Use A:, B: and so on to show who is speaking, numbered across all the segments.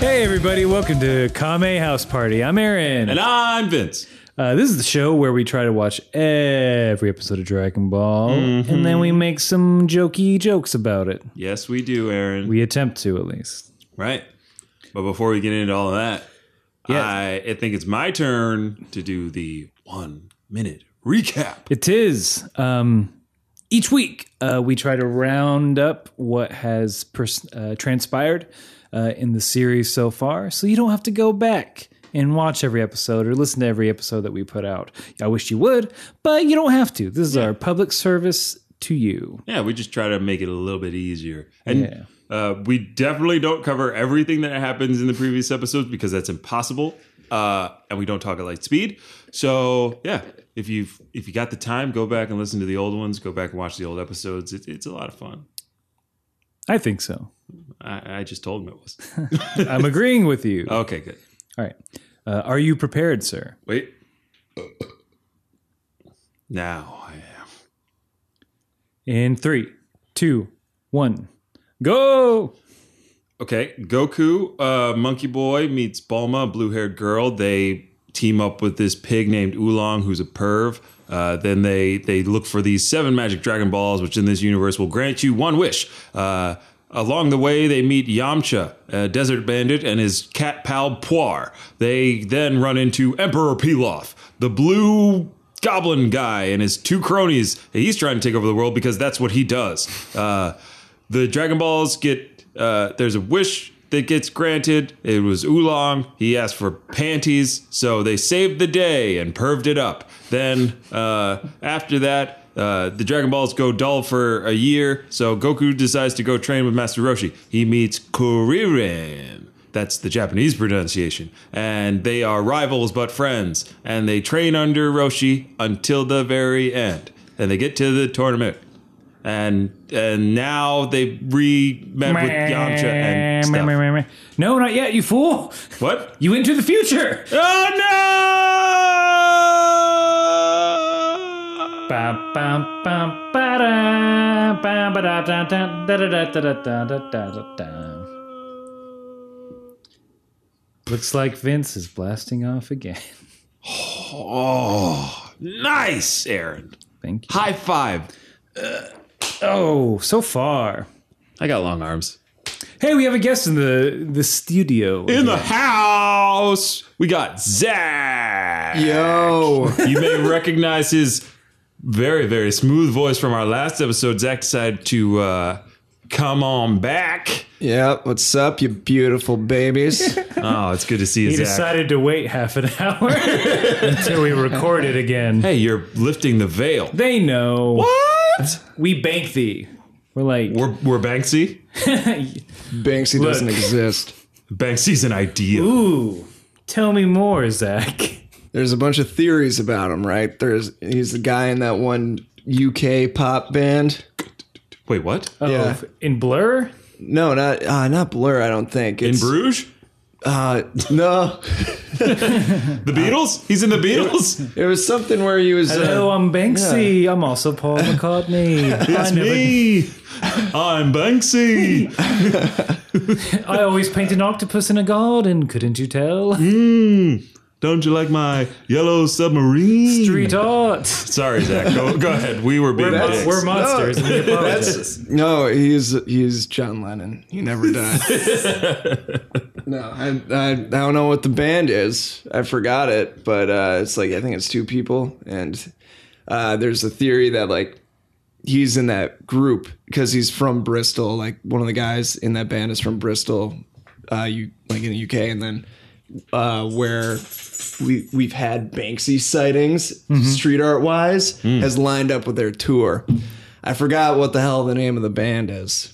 A: Hey, everybody, welcome to Kame House Party. I'm Aaron.
B: And I'm Vince.
A: Uh, this is the show where we try to watch every episode of Dragon Ball and then we make some jokey jokes about it.
B: Yes, we do, Aaron.
A: We attempt to, at least.
B: right. But before we get into all of that,
A: Yes.
B: I, I think it's my turn to do the one minute recap.
A: It is. Um, each week, uh, we try to round up what has pers- uh, transpired uh, in the series so far, so you don't have to go back and watch every episode or listen to every episode that we put out. I wish you would, but you don't have to. This is our public service to you.
B: Yeah, we just try to make it a little bit easier. And
A: Yeah.
B: uh, we definitely don't cover everything that happens in the previous episodes because that's impossible. Uh, and we don't talk at light speed. So yeah, if you've if you got the time, go back and listen to the old ones. Go back and watch the old episodes. It's it's a lot of fun.
A: I think so.
B: I, I just told him it was.
A: I'm agreeing with you.
B: Okay, good.
A: All right. Uh, are you prepared, sir?
B: Wait. Now I am.
A: In three, two, one, go.
B: Okay, Goku, uh, Monkey Boy meets Bulma, blue haired girl. They team up with this pig named Oolong, who's a perv. Uh, then they they look for these seven magic Dragon Balls, which in this universe will grant you one wish. Uh, along the way, they meet Yamcha, a desert bandit, and his cat pal Puar. They then run into Emperor Pilaf, the blue goblin guy, and his two cronies. He's trying to take over the world because that's what he does. Uh, the Dragon Balls get uh, there's a wish that gets granted. It was Oolong. He asked for panties, so they saved the day and perved it up. Then uh, after that, uh, the Dragon Balls go dull for a year, so Goku decides to go train with Master Roshi. He meets Kuririn. That's the Japanese pronunciation. And they are rivals but friends. And they train under Roshi until the very end. And they get to the tournament and and now they re met with Yamcha and stuff.
A: No, not yet, you fool.
B: What?
A: You enter the future.
B: Oh no!
A: Bum, bum, bum, ba-da, bum, ba-da, da, da, da, da, da, da, da, da, da, da, da. Looks like Vince is blasting off again.
B: Oh, nice, Aaron.
A: Thank you.
B: High five.
A: Oh, so far.
B: I got long arms.
A: Hey, we have a guest in the the studio.
B: In the house, we got Zach.
C: Yo,
B: You may recognize his very, very smooth voice from our last episode. Zach decided to uh, come on back.
C: yeah, what's up, you beautiful babies?
B: Oh, it's good to see you,
A: He
B: Zach.
A: decided to wait half an hour until we recorded again.
B: Hey, you're lifting the veil.
A: They know.
B: What?
A: We bank thee. We're like,
B: We're, we're Banksy.
C: Banksy doesn't exist.
B: Banksy's an idea.
A: ooh, tell me more, Zach.
C: There's a bunch of theories about him, right? There's he's the guy in that one UK pop band.
B: Wait, what?
C: Yeah.
A: Oh, in Blur?
C: No, not uh, not Blur. I don't think
B: in
C: it's
B: Bruges?
C: uh, no.
B: The Beatles? He's in the Beatles?
C: It was something where he was.
A: Hello,
C: Uh,
A: Oh, I'm Banksy. I'm also Paul McCartney. I,
B: It's me. I'm Banksy.
A: I always paint an octopus in a garden, couldn't you tell?
B: Hmm. Don't you like my yellow submarine?
A: Street art.
B: Sorry, Zach. Go, go ahead. We were being
A: We're,
B: dicks.
A: we're monsters. and we apologize.
C: no, he's he's John Lennon. He never died. no, I, I I don't know what the band is. I forgot it, but uh, it's like I think it's two people, and uh, there's a theory that like he's in that group because he's from Bristol. Like one of the guys in that band is from Bristol, uh, you like in the UK, and then uh, where we we've had Banksy sightings, street art wise, has lined up with their tour. I forgot what the hell the name of the band is.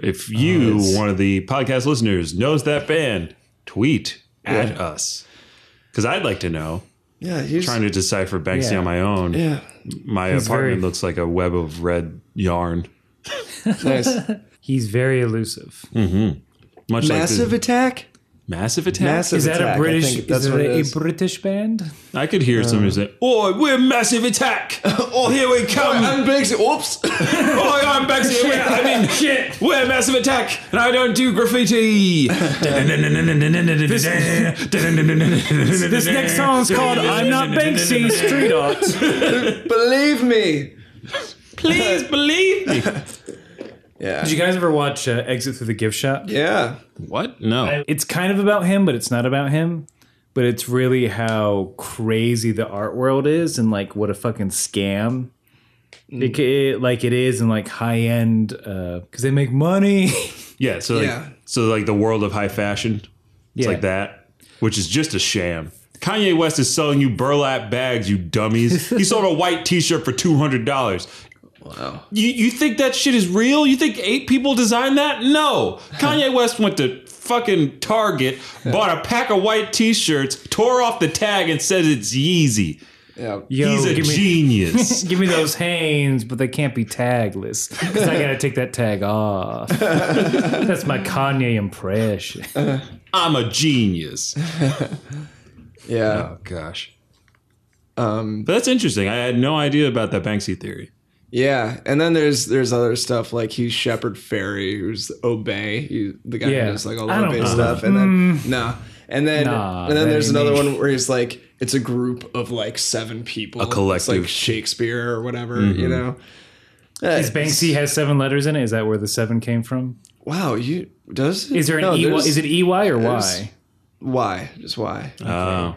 B: if you, one of the podcast listeners, knows that band, tweet at
C: Yeah.
B: us. Because I'd like to know.
C: Yeah, he's
B: Trying to decipher Banksy
A: Yeah.
B: on my own.
C: yeah,
B: My
A: very-
B: apartment looks like a web of red yarn.
C: nice.
A: He's very elusive.
B: Much like the-
C: Massive attack.
B: Massive Attack.
C: Massive
A: Is that
C: Attack, I
A: a British?
C: think that's
A: is
C: what
A: that
C: it
A: a
C: is.
A: British band?
B: I could hear somebody
A: Um,
B: say, "Oh, we're Massive Attack! oh, here we come!
C: I'm big. Oops.
B: oh, I'm back here! We're- I mean, shit! We're Massive Attack, and I don't do graffiti."
A: This
B: this
A: next song is called "I'm Not Banksy Street Art."
C: Believe me.
B: Please believe me.
C: Yeah.
A: Did you guys ever watch uh, "Exit Through the Gift Shop"?
C: yeah.
B: What? No.
A: It's kind of about him, but it's not about him. But it's really how crazy the art world is, and like what a fucking scam.
B: Mm.
A: It, it- like it is, and like high end because they make money.
B: Yeah. So, like,
C: Yeah.
B: so like the world of high fashion, it's
A: Yeah.
B: like that, which is just a sham. Kanye West is selling you burlap bags, you dummies. he sold a white T-shirt for two hundred dollars. Wow. You you think that shit is real? You think eight people designed that? No. Kanye West went to fucking Target, bought a pack of white T-shirts, tore off the tag, and says it's Yeezy.
C: Yeah.
A: Yo,
B: He's a
A: give me-
B: genius.
A: Give me those Hanes, but they can't be tagless. 'cause I gotta take that tag off. That's my Kanye impression.
B: I'm a genius.
C: Yeah.
B: Oh gosh. Um, but that's interesting. I had no idea about that Banksy theory.
C: Yeah, and then there's there's other stuff like he's Shepard Ferry, who's Obey, he, the guy
A: Yeah.
C: who does like all
A: I
C: the
A: don't
C: Obey
A: know. Hmm.
C: stuff, and then no, and then
A: Nah,
C: and then
A: that
C: there's
A: ain't
C: another
A: me.
C: one where he's like it's a group of like seven people, a it's
B: collective. Mm-hmm.
C: like Shakespeare or whatever, you know.
A: Is Banksy has seven letters in it? Is that where the seven came from?
C: Wow, you does
A: Is there an
C: no,
A: EY?
C: there's-
A: Is it EY or
C: there's-
A: Y?
C: why just why?
B: Oh.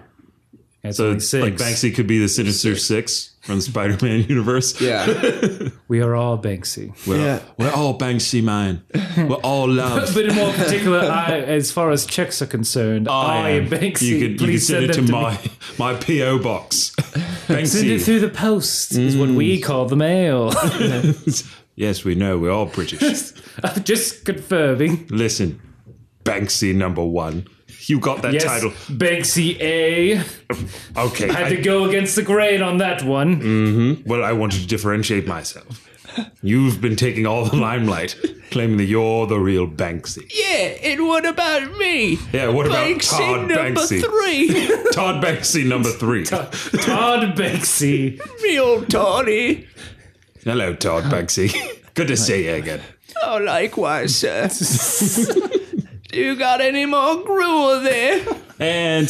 A: That's
B: So
A: only
B: it's like Banksy could be the Sinister Six from the Spider-Man universe.
C: Yeah,
A: We are all Banksy.
B: We're,
C: Yeah.
B: we're all Banksy, man. We're all love.
A: But in more particular, I, as far as checks are concerned, I, am Banksy.
B: Oh, You could, you could
A: Please
B: send it to,
A: them me.
B: my my PO box.
A: Send it
B: Banksy.
A: through the post is what
B: Mm.
A: we call the mail.
B: yes, we know we're all British.
A: I'm just confirming.
B: Listen, Banksy number one. You got that
A: Yes,
B: title.
A: Banksy A.
B: Okay.
A: Had
B: I-
A: to go against the grain on that one.
B: Well, I wanted to differentiate myself. You've been taking all the limelight, claiming that you're the real Banksy.
D: Yeah, and what about me?
B: Yeah, what about
D: Banksy
B: Todd
D: number
B: Banksy?
D: three.
B: Todd Banksy number three.
A: Todd Banksy.
D: Real Toddy.
B: Hello, Todd Banksy. Good to see you again.
D: Oh, likewise, sir. Do you got any more gruel there?
B: And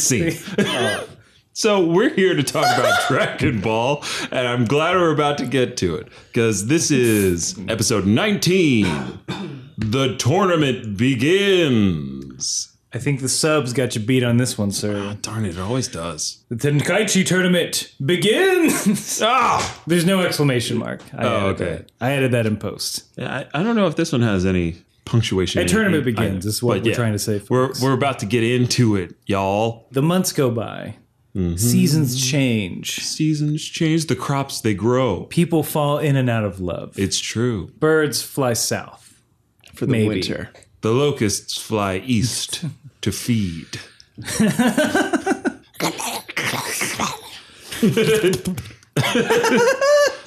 B: see. so we're here to talk about Dragon Ball, and I'm glad we're about to get to it because this is episode 19. The tournament begins.
A: I think the subs got you beat on this one, sir.
B: Darn it, it always does.
A: The Tenkaichi tournament begins.
B: Ah!
A: There's no exclamation mark. I
B: Oh,
A: added
B: okay.
A: that. I added that in post.
B: I, I don't know if this one has any punctuation.
A: A tournament
B: in it
A: begins,
B: either.
A: is what
B: But
A: we're trying to say,
B: We're,
A: folks.
B: we're about to get into it, y'all.
A: The months go by.
B: Mm-hmm.
A: Seasons change.
B: Seasons change, the crops, they grow.
A: People fall in and out of love.
B: It's true.
A: Birds fly south.
C: for the
A: Maybe.
C: winter.
B: The locusts fly east to feed.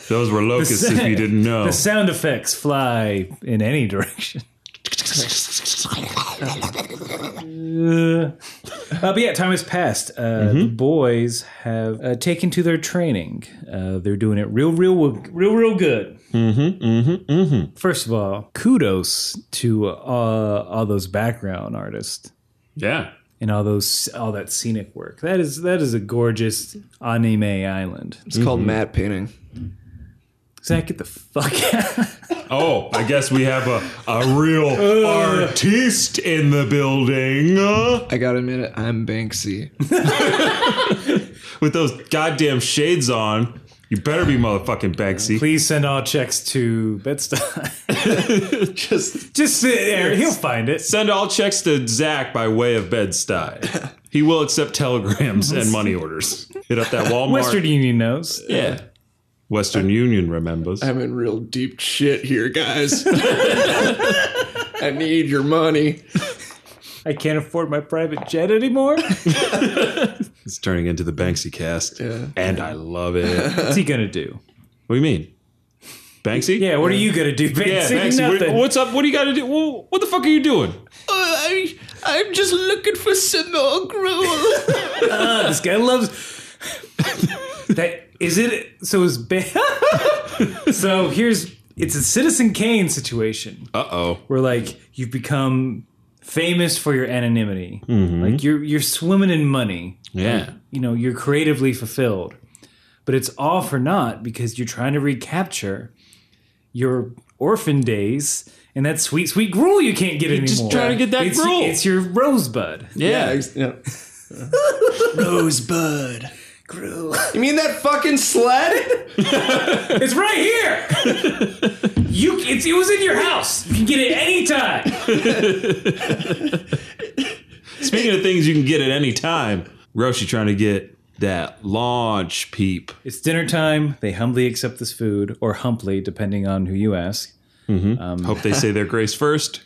B: Those were locusts, if you didn't know.
A: The sound effects fly in any direction. Uh, but yeah, time has passed. Uh, The boys have uh, taken to their training. Uh, they're doing it real, real, real, real good. Mm-hmm, mm-hmm, mm-hmm. First of all, kudos to uh, all those background artists
B: Yeah.
A: and all those all that scenic work. That is that is a gorgeous anime island.
C: It's called
B: Mm-hmm.
C: matte painting.
A: Zach, get the fuck out.
B: Oh, I guess we have a, a real artiste in the building uh,
C: I gotta admit it, I'm Banksy.
B: with those goddamn shades on. You better be motherfucking Banksy.
A: Please send all checks to Bed-Stuy.
C: Just
A: Just sit there. He'll find it.
B: Send all checks to Zach by way of Bed-Stuy. He will accept telegrams and money orders. Hit up that Walmart.
A: Western Union knows.
B: Yeah. Western Union remembers.
C: I'm in real deep shit here, guys. I need your money.
A: I can't afford my private jet anymore.
B: It's turning into the Banksy cast.
C: Yeah.
B: And I love it. what
A: What's he gonna do?
B: do you mean? Banksy?
A: Yeah, what are you gonna do, Banksy?
B: Yeah, Banksy. what-
A: Nothing.
B: what's up? What do you got to do? Wha- What the fuck are you doing?
D: Uh, I, I'm just looking for some more gruel.
A: Uh, this guy loves that. Is it so? Is ba- so? Here's it's a Citizen Kane situation
B: Uh oh.
A: where like you've become famous for your anonymity,
B: Mm-hmm.
A: like you're you're swimming in money.
B: Yeah.
A: you know you're creatively fulfilled but it's all for naught because you're trying to recapture your orphan days and that sweet sweet gruel you can't get anymore
B: just trying to get that
A: it's,
B: gruel.
A: it's your rosebud
C: Yeah.
B: Yeah.
C: ex- yeah. Rosebud. You mean that fucking sled?
A: it's right here you it's, it was in your house you can get it anytime
B: Speaking of things you can get at any time, Roshi trying to get that launch peep.
A: it's dinner time they humbly accept this food or humbly depending on who you ask
B: Hope they say their grace first.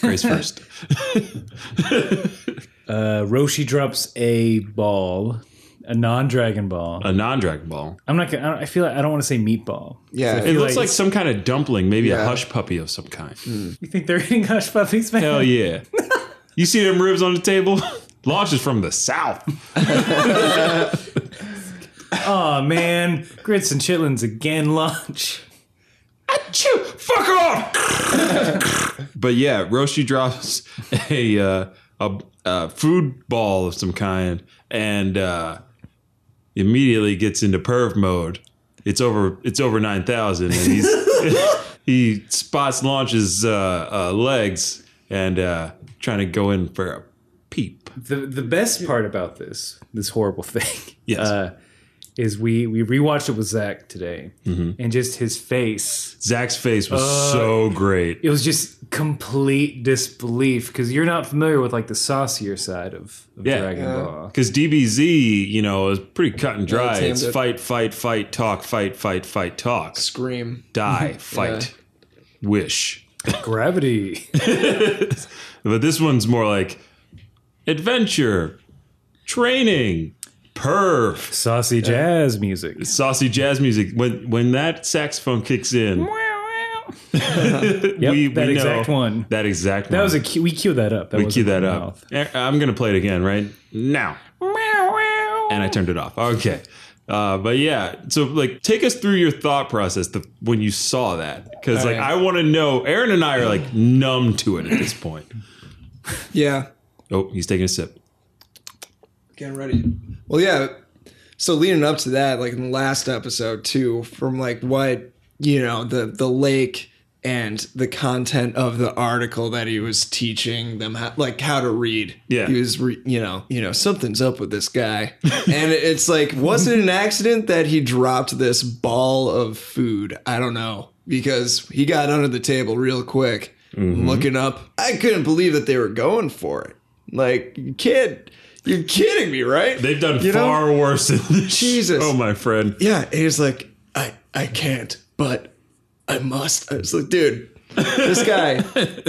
B: Grace first.
A: uh, roshi drops a ball a non-dragon ball
B: A non Dragon Ball.
A: i'm not gonna I don't- i feel like i don't want to say meatball
C: Yeah.
B: It
A: Like-
B: looks like some kind of dumpling, maybe a
C: Yeah.
B: hush puppy of some kind.
A: you think they're eating hush puppies man
B: Hell yeah. you see them ribs on the table? Launch is from the south.
A: Oh man, grits and chitlins again launch.
B: Achoo! Fuck off! but yeah, Roshi drops a, uh, a a food ball of some kind and uh, immediately gets into perv mode. It's over. It's over nine thousand, and he's he spots launches uh, uh, legs and uh, trying to go in for a peep.
A: The the best part about this this horrible thing
B: Yes.
A: uh, is we we rewatched it with Zach today,
B: Mm-hmm.
A: and just his face.
B: Zach's face was
A: Uh,
B: so great.
A: It was just complete disbelief because you're not familiar with like the saucier side of, of
B: Yeah.
A: Dragon
C: Yeah.
A: Ball.
B: Because DBZ, you know, is pretty cut and dry.
C: tamed
B: it's
C: it.
B: fight, fight, fight, talk, fight, fight, fight, talk.
C: Scream.
B: die, fight, wish.
A: Gravity.
B: But this one's more like adventure, training, perv,
A: Saucy jazz music.
B: saucy jazz music. When when that saxophone kicks in,
A: Yep,
B: we,
A: that
B: we
A: exact
B: know
A: one.
B: That exact one.
A: That was a cue. We cue that up. That
B: we
A: wasn't
B: cue that
A: my
B: up.
A: mouth.
B: Eh, I'm gonna play it again right now. And I turned it off. Okay. Uh, but yeah, so like, take us through your thought process the, when you saw that, because like
C: right.
B: I want to know. Aaron and I are like numb to it at this point.
C: Yeah.
B: Oh, he's taking a sip.
C: Getting ready. Well, yeah. So leading up to that, like in the last episode too, from like what you know the the lake and the content of the article that he was teaching them how, like how to read.
B: Yeah.
C: he was re- you know you know something's up with this guy, and it's like was it an accident that he dropped this ball of food? I don't know because he got under the table real quick. Looking up, I couldn't believe that they were going for it. Like, kid, you're kidding me, right?
B: They've done
C: You know?
B: far worse than this.
C: Jesus.
B: Oh my friend.
C: yeah, and he's like, I, I can't, but I must. I was like, dude, this guy,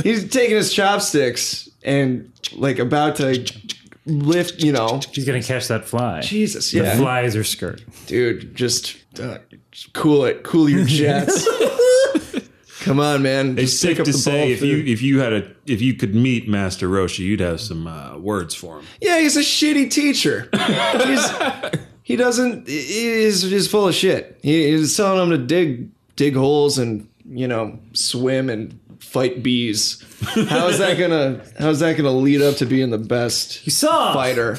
C: he's taking his chopsticks and like about to lift, you know,
A: She's gonna catch that fly.
C: Jesus,
A: the
C: yeah,
A: fly is her skirt.
C: dude, just, uh, just cool it, cool your jets. Come on, man,
B: It's
C: just
B: safe
C: pick up
B: to
C: the ball.
B: say if
C: food.
B: you if you had a if you could meet Master Roshi, you'd have some uh, words for him.
C: yeah, he's a shitty teacher. he's, he doesn't. He is just full of shit. He, he's telling them to dig dig holes and you know swim and fight bees. How is that gonna? How is that gonna lead up to being the best
A: You saw.
C: fighter?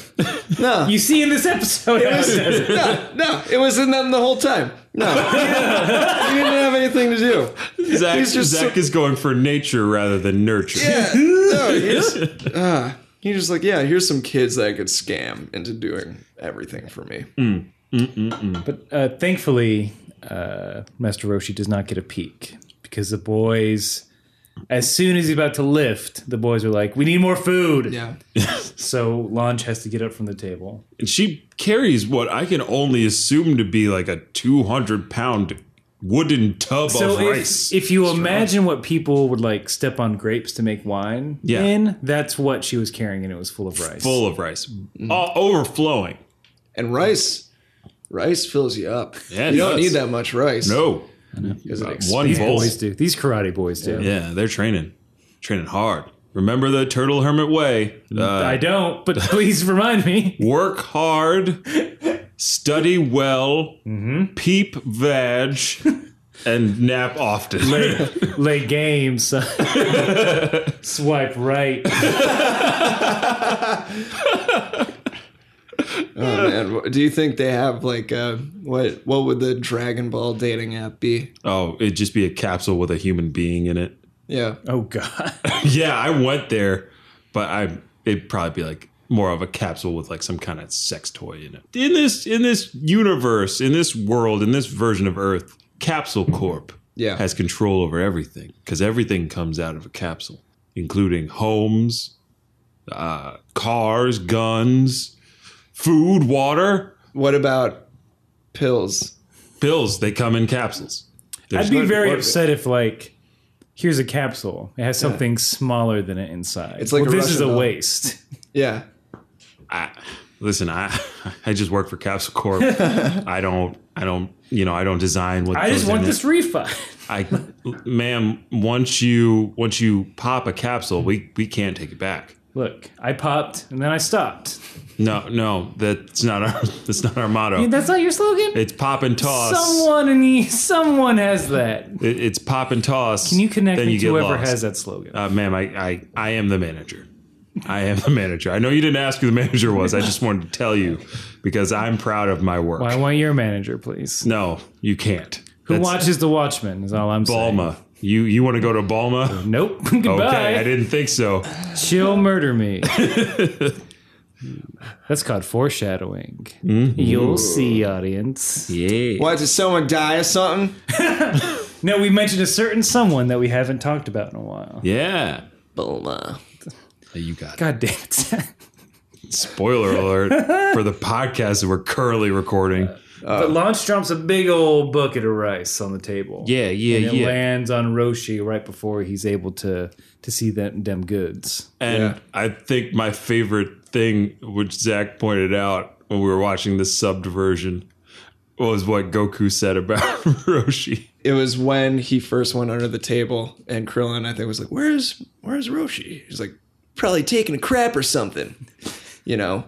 C: No,
A: You see in this episode. how it does it.
C: no, no. It was in them the whole time. No, he didn't, he didn't have anything to do.
B: Zach,
C: He's just
B: Zach is going for nature rather than nurture.
C: Yeah, no, he's, uh, he's just like, yeah, here's some kids that I could scam into doing everything for me.
A: But uh, thankfully, uh, Master Roshi does not get a peek because the boys, as soon as he's about to lift, the boys are like, "We need more food."
C: Yeah.
A: So Lange has to get up from the table.
B: And she carries what I can only assume to be like a two hundred pound wooden tub
A: So
B: of
A: if,
B: rice.
A: if you imagine what people would like step on grapes to make wine
B: Yeah.
A: in, that's what she was carrying, and it was full of rice.
B: full of rice. All overflowing.
C: And rice, rice fills you up.
B: Yeah, it
C: you don't
B: does.
C: need that much rice.
B: No.
C: Is it ex-
B: One
A: These
B: volt.
A: boys do. These karate boys do.
B: Yeah, they're training, training hard. Remember the turtle hermit way. Uh,
A: I don't, but please remind me.
B: work hard, study well,
A: Mm-hmm.
B: peep veg, and nap often.
A: Lay game, son. Swipe right.
C: oh, man. What- Do you think they have like uh, what? What would the Dragon Ball dating app be?
B: oh, it'd just be a capsule with a human being in it.
C: Yeah,
A: Oh god.
B: Yeah, I went there, but I it'd probably be like more of a capsule with like some kind of sex toy in it. In this in this universe, in this world, in this version of Earth, Capsule Corp
C: Yeah.
B: has control over everything because everything comes out of a capsule, including homes, uh, cars, guns, food, water,
C: What about pills?
B: pills. They come in capsules. There's-
A: I'd be very
C: what-
A: upset if like here's a capsule. It has something smaller than it inside.
C: It's like
A: Well,
C: a
A: this is
C: Russian
A: a
C: doll.
A: waste.
C: Yeah,
B: I, listen, I I just work for Capsule Corp. I don't I don't you know I don't design what
A: I just
B: goes
A: want
B: in
A: this
B: It.
A: refund.
B: I, ma'am, once you once you pop a capsule, we we can't take it back.
A: Look, I popped and then I stopped.
B: No, no, that's not our that's not our motto.
A: That's not your slogan?
B: It's pop and toss.
A: Someone in the, someone has that.
B: It- it's pop and toss.
A: Can you connect
B: then
A: me
B: you
A: to
B: get
A: whoever
B: lost.
A: has that slogan?
B: Uh, ma'am, I, I I am the manager. I am the manager. I know you didn't ask who the manager was. I just wanted to tell you because I'm proud of my work.
A: I want your manager, please.
B: No, you can't.
A: Who
B: That's-
A: watches The Watchmen is all I'm saying.
B: Balma. You you want to go to Balma?
A: Nope. Goodbye.
B: Okay, I didn't think so.
A: She'll murder me. That's called foreshadowing.
B: Mm-hmm.
A: You'll see, audience.
B: Yeah.
C: What, did someone die or something?
A: No, we mentioned a certain someone that we haven't talked about in a while.
B: Yeah.
C: Bulma.
B: You got it.
A: God damn it.
B: Spoiler alert for the podcast that we're currently recording.
A: but Launch drops a big old bucket of rice on the table.
B: Yeah, yeah,
A: And it
B: yeah.
A: lands on Roshi right before he's able to to see them, them goods.
B: And I think my favorite thing, which Zach pointed out when we were watching the subbed version, was what Goku said about Roshi.
C: It was when he first went under the table, and Krillin, I think, was like, "Where's Where's Roshi?" He's like, "Probably taking a crap or something," you know.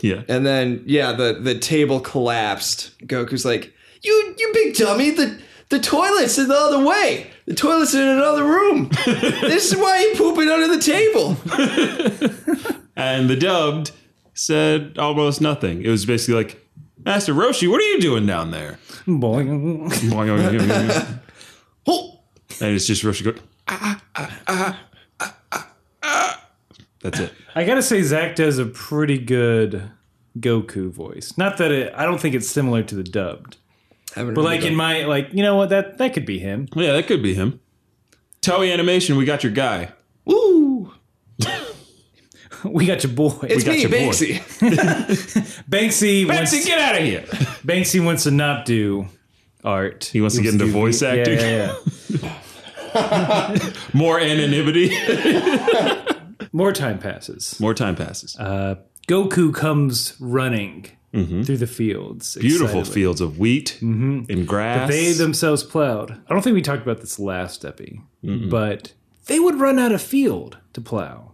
B: Yeah.
C: And then yeah, the the table collapsed. Goku's like, "You you big dummy! The the toilet's in the other way. The toilet's in another room. this is why you pooping under the table."
B: And the dubbed said almost nothing. It was basically like, Master Roshi, what are you doing down there?
A: Boing.
B: and
C: Oh,
B: it's just Roshi going, ah, ah, ah, ah, ah, ah. That's it.
A: I gotta say, Zach does a pretty good Goku voice. Not that it, I don't think it's similar to the dubbed,
C: Haven't
A: but
C: heard
A: like
C: that.
A: in my like, you know what? That that could be him.
B: Yeah, that could be him. Toei Animation, we got your guy.
C: woo,
A: We got your boy.
C: it's
B: got
C: me,
B: your boy.
C: Banksy.
A: Banksy. Wants,
B: Banksy, get out of here.
A: Banksy wants to not do art.
B: He wants to get into voice
A: Yeah,
B: acting.
A: yeah, yeah.
B: More anonymity.
A: More time passes.
B: More time passes.
A: Goku comes running through the fields.
B: Beautiful
A: excitedly.
B: fields of wheat
A: Mm-hmm.
B: and grass.
A: They themselves plowed. I don't think we talked about this last epi, but they would run out of field to plow.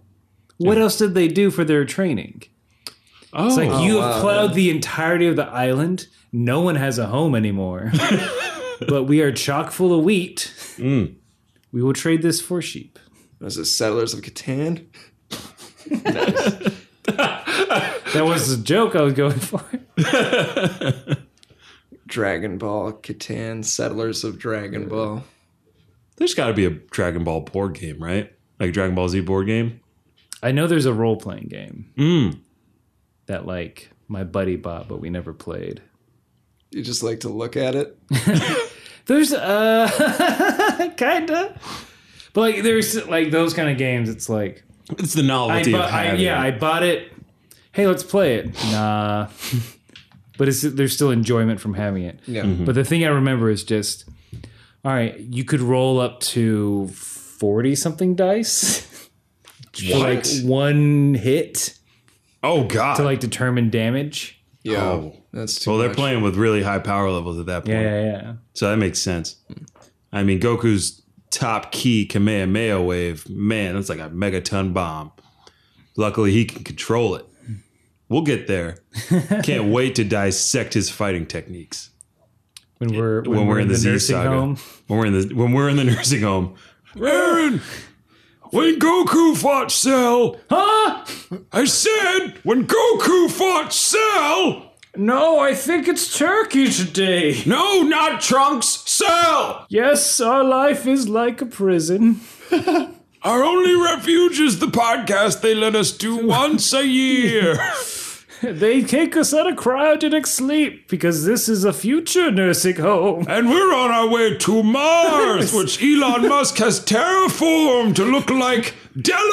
A: What else did they do for their training?
B: oh,
A: It's like you have plowed the entirety of the island. No one has a home anymore, but we are chock full of wheat. We will trade this for sheep.
C: Was it Settlers of Catan?
A: That was the joke I was going for.
C: Dragon Ball Catan, Settlers of Dragon Ball.
B: there's got to be a Dragon Ball board game, right? Like Dragon Ball Z board game.
A: I know there's a role playing game
B: Hmm.
A: that like my buddy bought, but we never played.
C: You just like to look at it.
A: There's uh kinda. But like there's like those kind of games, it's like
B: It's the
A: I
B: novelty
A: bu-
B: of
A: I,
B: having.
A: yeah, I
B: it.
A: bought it. Hey, let's play it. Nah. but it's there's still enjoyment from having it.
B: Mm-hmm.
C: Yeah.
A: But the thing I remember is just all right, you could roll up to forty something dice. For like
B: What?
A: one hit
B: oh God.
A: to like determine damage.
C: Yeah,
B: Oh.
C: that's too
B: Well, they're
C: much.
B: playing with really high power levels at that point.
A: Yeah, yeah, yeah.
B: So that makes sense. I mean, Goku's top key Kamehameha wave, man, that's like a megaton bomb. Luckily, he can control it. We'll get there. Can't wait to dissect his fighting techniques
A: When we're when,
B: when, we're in the, Z
A: nursing
B: saga.
A: home,
B: When we're in the when we're in the nursing home. Aaron, when Goku fought Cell,
A: huh?
B: I said when Goku fought Cell.
A: No, I think it's turkey today.
B: No, not Trunks. Cell.
A: Yes, our life is like a prison.
B: Our only refuge is the podcast they let us do once a year.
A: They take us out of cryogenic sleep because this is a future nursing home.
B: And we're on our way to Mars, which Elon Musk has terraformed to look like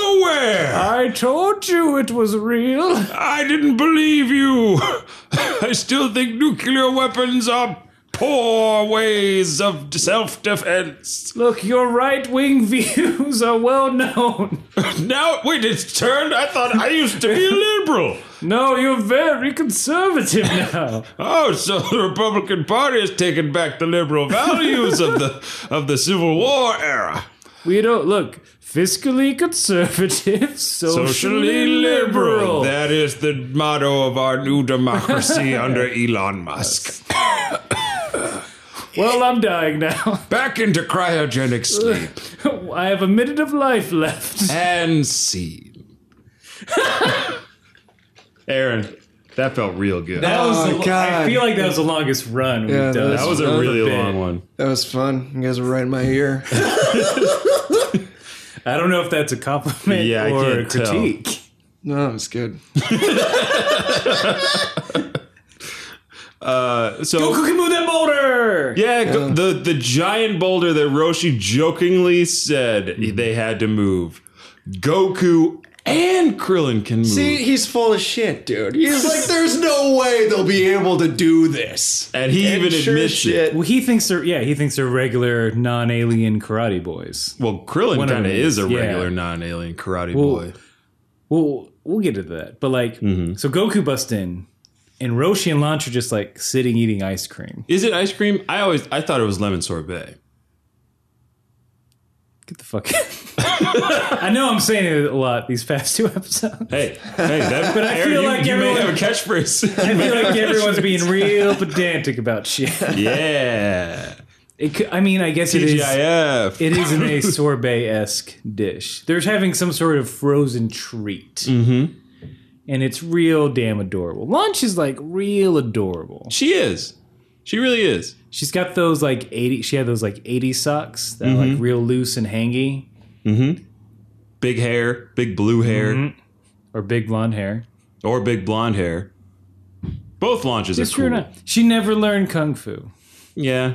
B: Delaware.
A: I told you it was real.
B: I didn't believe you. I still think nuclear weapons are poor ways of self defense.
A: Look, your right wing views are well known.
B: Now, wait, it's turned? I thought I used to be a liberal.
A: No, you're very conservative now.
B: Oh, so the Republican Party has taken back the liberal values of the of the Civil War era.
A: We don't look fiscally conservative, socially, liberal.
B: That is the motto of our new democracy under Elon Musk.
A: Well, I'm dying now.
B: Back into cryogenic sleep
A: I have a minute of life left.
B: and scene. Aaron, that felt real good. That,
C: was the- God.
A: I feel like that was the longest run we've
C: Yeah,
A: done.
C: that
B: was a
C: another
B: really
A: bit.
B: long one.
C: That was fun. You guys were right in my ear.
A: I don't know if that's a compliment
B: Yeah, I
A: or a
B: can't tell.
A: critique.
C: No, it was good.
B: Uh, so
A: Goku can move that boulder.
B: Yeah, go- the the giant boulder that Roshi jokingly said they had to move. Goku and Krillin can move,
C: See, he's full of shit, dude. He's like, there's no way they'll be able to do this.
B: and he even
C: Sure
B: admits
C: shit.
A: Well, he thinks they're yeah, he thinks they're regular non-alien karate boys.
B: it. Well, Krillin
A: One of
B: kind of
A: them
B: is a
A: is, yeah.
B: regular non-alien karate boy.
A: Well, we'll get into that. But like,
B: Mm-hmm.
A: so Goku busts in, and Roshi and Launch are just like sitting eating ice cream.
B: Is it ice cream? I always I thought it was lemon sorbet.
A: Get the fuck. I know I'm saying it a lot these past two episodes.
B: Hey, hey, that, but
A: I feel like
B: you, may
A: everyone-
B: have a catchphrase.
A: I feel like everyone's being real pedantic about shit.
B: yeah,
A: It, cou- I mean, I guess it is.
B: TGIF.
A: It is in a sorbet esque dish. They're having some sort of frozen treat. Mm-hmm. And it's real damn adorable. Lunch is like real adorable.
B: she is. She really is.
A: She's got those like 80, she had those like 80 socks that are
B: Mm-hmm.
A: like real loose and hangy
B: Big hair, big blue hair,
A: or big blonde hair.
B: or big blonde hair. Both launches
A: It's
B: are
A: true
B: cool.
A: or not. She never learned kung fu
B: Yeah.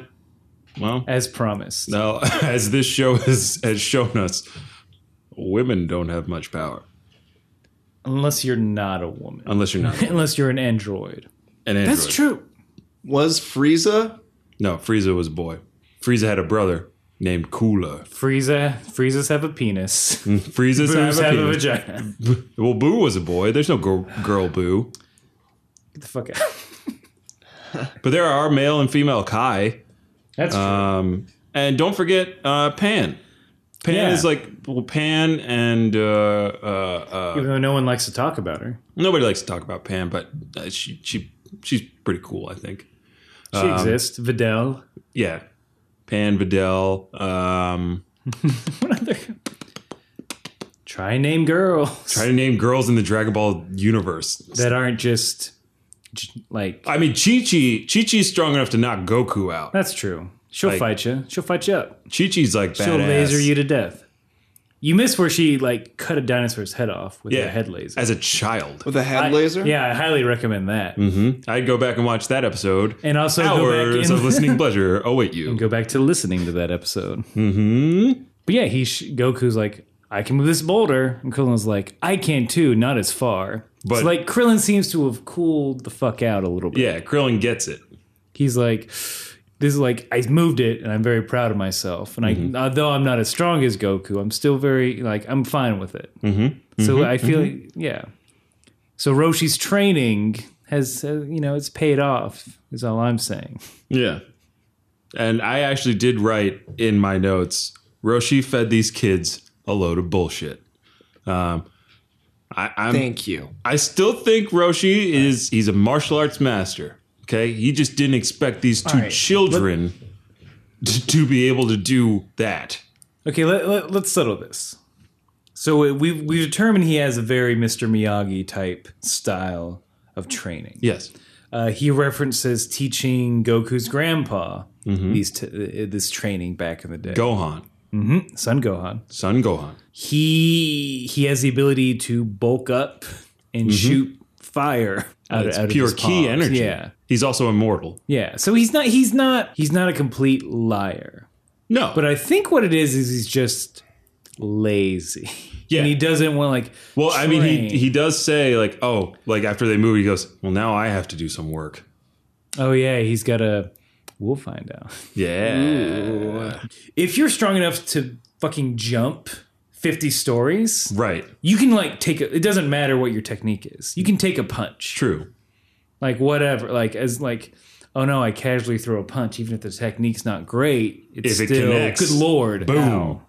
B: Well,
A: as promised.
B: now as this show has, has shown us, women don't have much power
A: Unless you're not a woman,
B: unless you're not an
A: unless you're an android.
B: android.
A: That's true.
C: Was Frieza?
B: No, Frieza was a boy. Frieza had a brother named Cooler.
A: Frieza, Friezas have a penis.
B: Frieza's have
A: Boos
B: a,
A: have a
B: penis.
A: vagina.
B: Well, Boo was a boy. There's no girl, girl Boo,
A: Get the fuck out.
B: but there are male and female Kai.
A: That's true.
B: Um, and don't forget uh, Pan. Pan
A: Yeah.
B: is like well, Pan and uh, uh, uh,
A: Even though no one likes to talk about her.
B: nobody likes to talk about Pan, but uh, she she she's pretty cool, I think.
A: She
B: Um,
A: exists. Videl.
B: Yeah. Pan Videl. Um,
A: What other? Try and name girls
B: try to name girls in the Dragon Ball universe.
A: that aren't just j- like.
B: I mean, Chi Chi. Chi Chi's strong enough to knock Goku out.
A: That's true. She'll
B: Like-
A: fight you. She'll fight you up.
B: Chi Chi's like badass.
A: She'll laser you to death. You miss where she like cut a dinosaur's head off with
B: Yeah.
A: her head laser.
B: as a child.
C: With a head
A: I-
C: laser?
A: Yeah, I highly recommend that.
B: I'd go back and watch that episode.
A: And also go back
B: Mm-hmm. Hours
A: and-
B: of listening pleasure await you.
A: Go back to listening to that episode. Mm-hmm. But yeah, he sh- Goku's like, I can move this boulder, and Krillin's like, I can too, not as far. But
B: But-
A: so like Krillin seems to have cooled the fuck out a little bit.
B: Yeah, Krillin gets it.
A: he's like this is like i moved it and i'm very proud of myself and i although i'm not as strong as goku i'm still very like i'm Mm-hmm. fine with it mm-hmm. so i feel yeah so roshi's training has uh, you know it's paid off. Is all I'm saying.
B: Yeah. And I actually did write in my notes Roshi fed these kids a load of bullshit. Um, I, I'm,
C: Thank you.
B: I still think Roshi is he's a martial arts master. Okay, he just didn't expect these two
A: right.
B: children to, to be able to do that.
A: Okay, let, let, us settle this. So we we determined he has a very Mr. Miyagi type style of training.
B: Yes,
A: Uh, he references teaching Goku's grandpa
B: Mm-hmm.
A: these t- uh, this training back in the day.
B: Gohan,
A: Son Gohan.
B: son Gohan.
A: He he has the ability to bulk up and shoot fire out,
B: It's
A: out
B: Mm-hmm. pure
A: of his
B: key
A: palms.
B: energy.
A: Yeah,
B: He's also immortal.
A: yeah. So he's not he's not he's not a complete liar.
B: No,
A: But I think what it is is he's just lazy.
B: Yeah.
A: And he doesn't want like
B: well, I mean,
A: train.
B: he he does say like, oh, like after they move, he goes, well, now I have to do some work.
A: Oh yeah, he's got a we'll find out.
B: Yeah,
A: If you're strong enough to fucking jump 50 stories,
B: right.
A: you can like take a it doesn't matter what your technique is. You can take a punch.
B: True.
A: Like whatever, like as like oh no, I casually throw a punch even if the technique's not great. It's
B: If it
A: still
B: connects,
A: good lord.
B: Boom.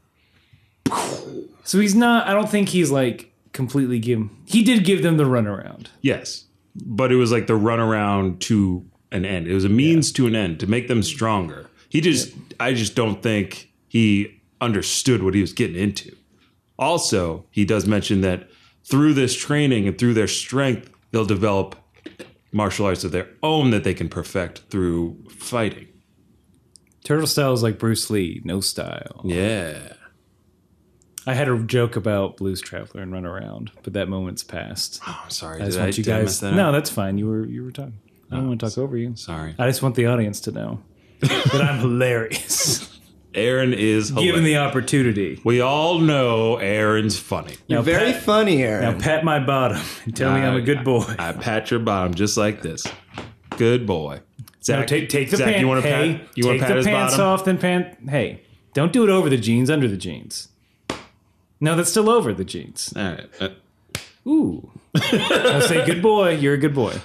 A: ow. So he's not I don't think he's like completely give he did give them the runaround.
B: Yes. But it was like the runaround to an end. It was a means to an end to make them stronger. He just, I just don't think he understood what he was getting into. Also, he does mention that through this training and through their strength, they'll develop martial arts of their own that they can perfect through fighting.
A: Turtle style is like Bruce Lee, no style.
B: Yeah.
A: I had a joke about Blues Traveler and Run Around, but that moment's passed.
B: Oh, I'm sorry.
A: I just
B: Did
A: want
B: I-
A: you
B: did I
A: guys.
B: mess that
A: no,
B: up?
A: that's fine. You were you were talking. I don't want to talk over you.
B: Sorry.
A: I just want the audience to know that I'm hilarious,
B: Aaron is
A: given
B: hilarious.
A: the opportunity.
B: we all know Aaron's funny.
A: Now
C: Very
A: pat,
C: funny, Aaron.
A: now pat my bottom and tell me I'm a good boy.
B: I pat your bottom just like this. Good boy. Zach,
A: Now take take the
B: Zach,
A: pants.
B: you wanna
A: hey,
B: pat? You want to
A: take
B: pat
A: the
B: his
A: pants
B: bottom?
A: off, then pant. Hey, don't do it over the jeans, under the jeans. No, that's still over the jeans.
B: All right. Uh,
A: Ooh. I'll say, good boy. You're a good boy.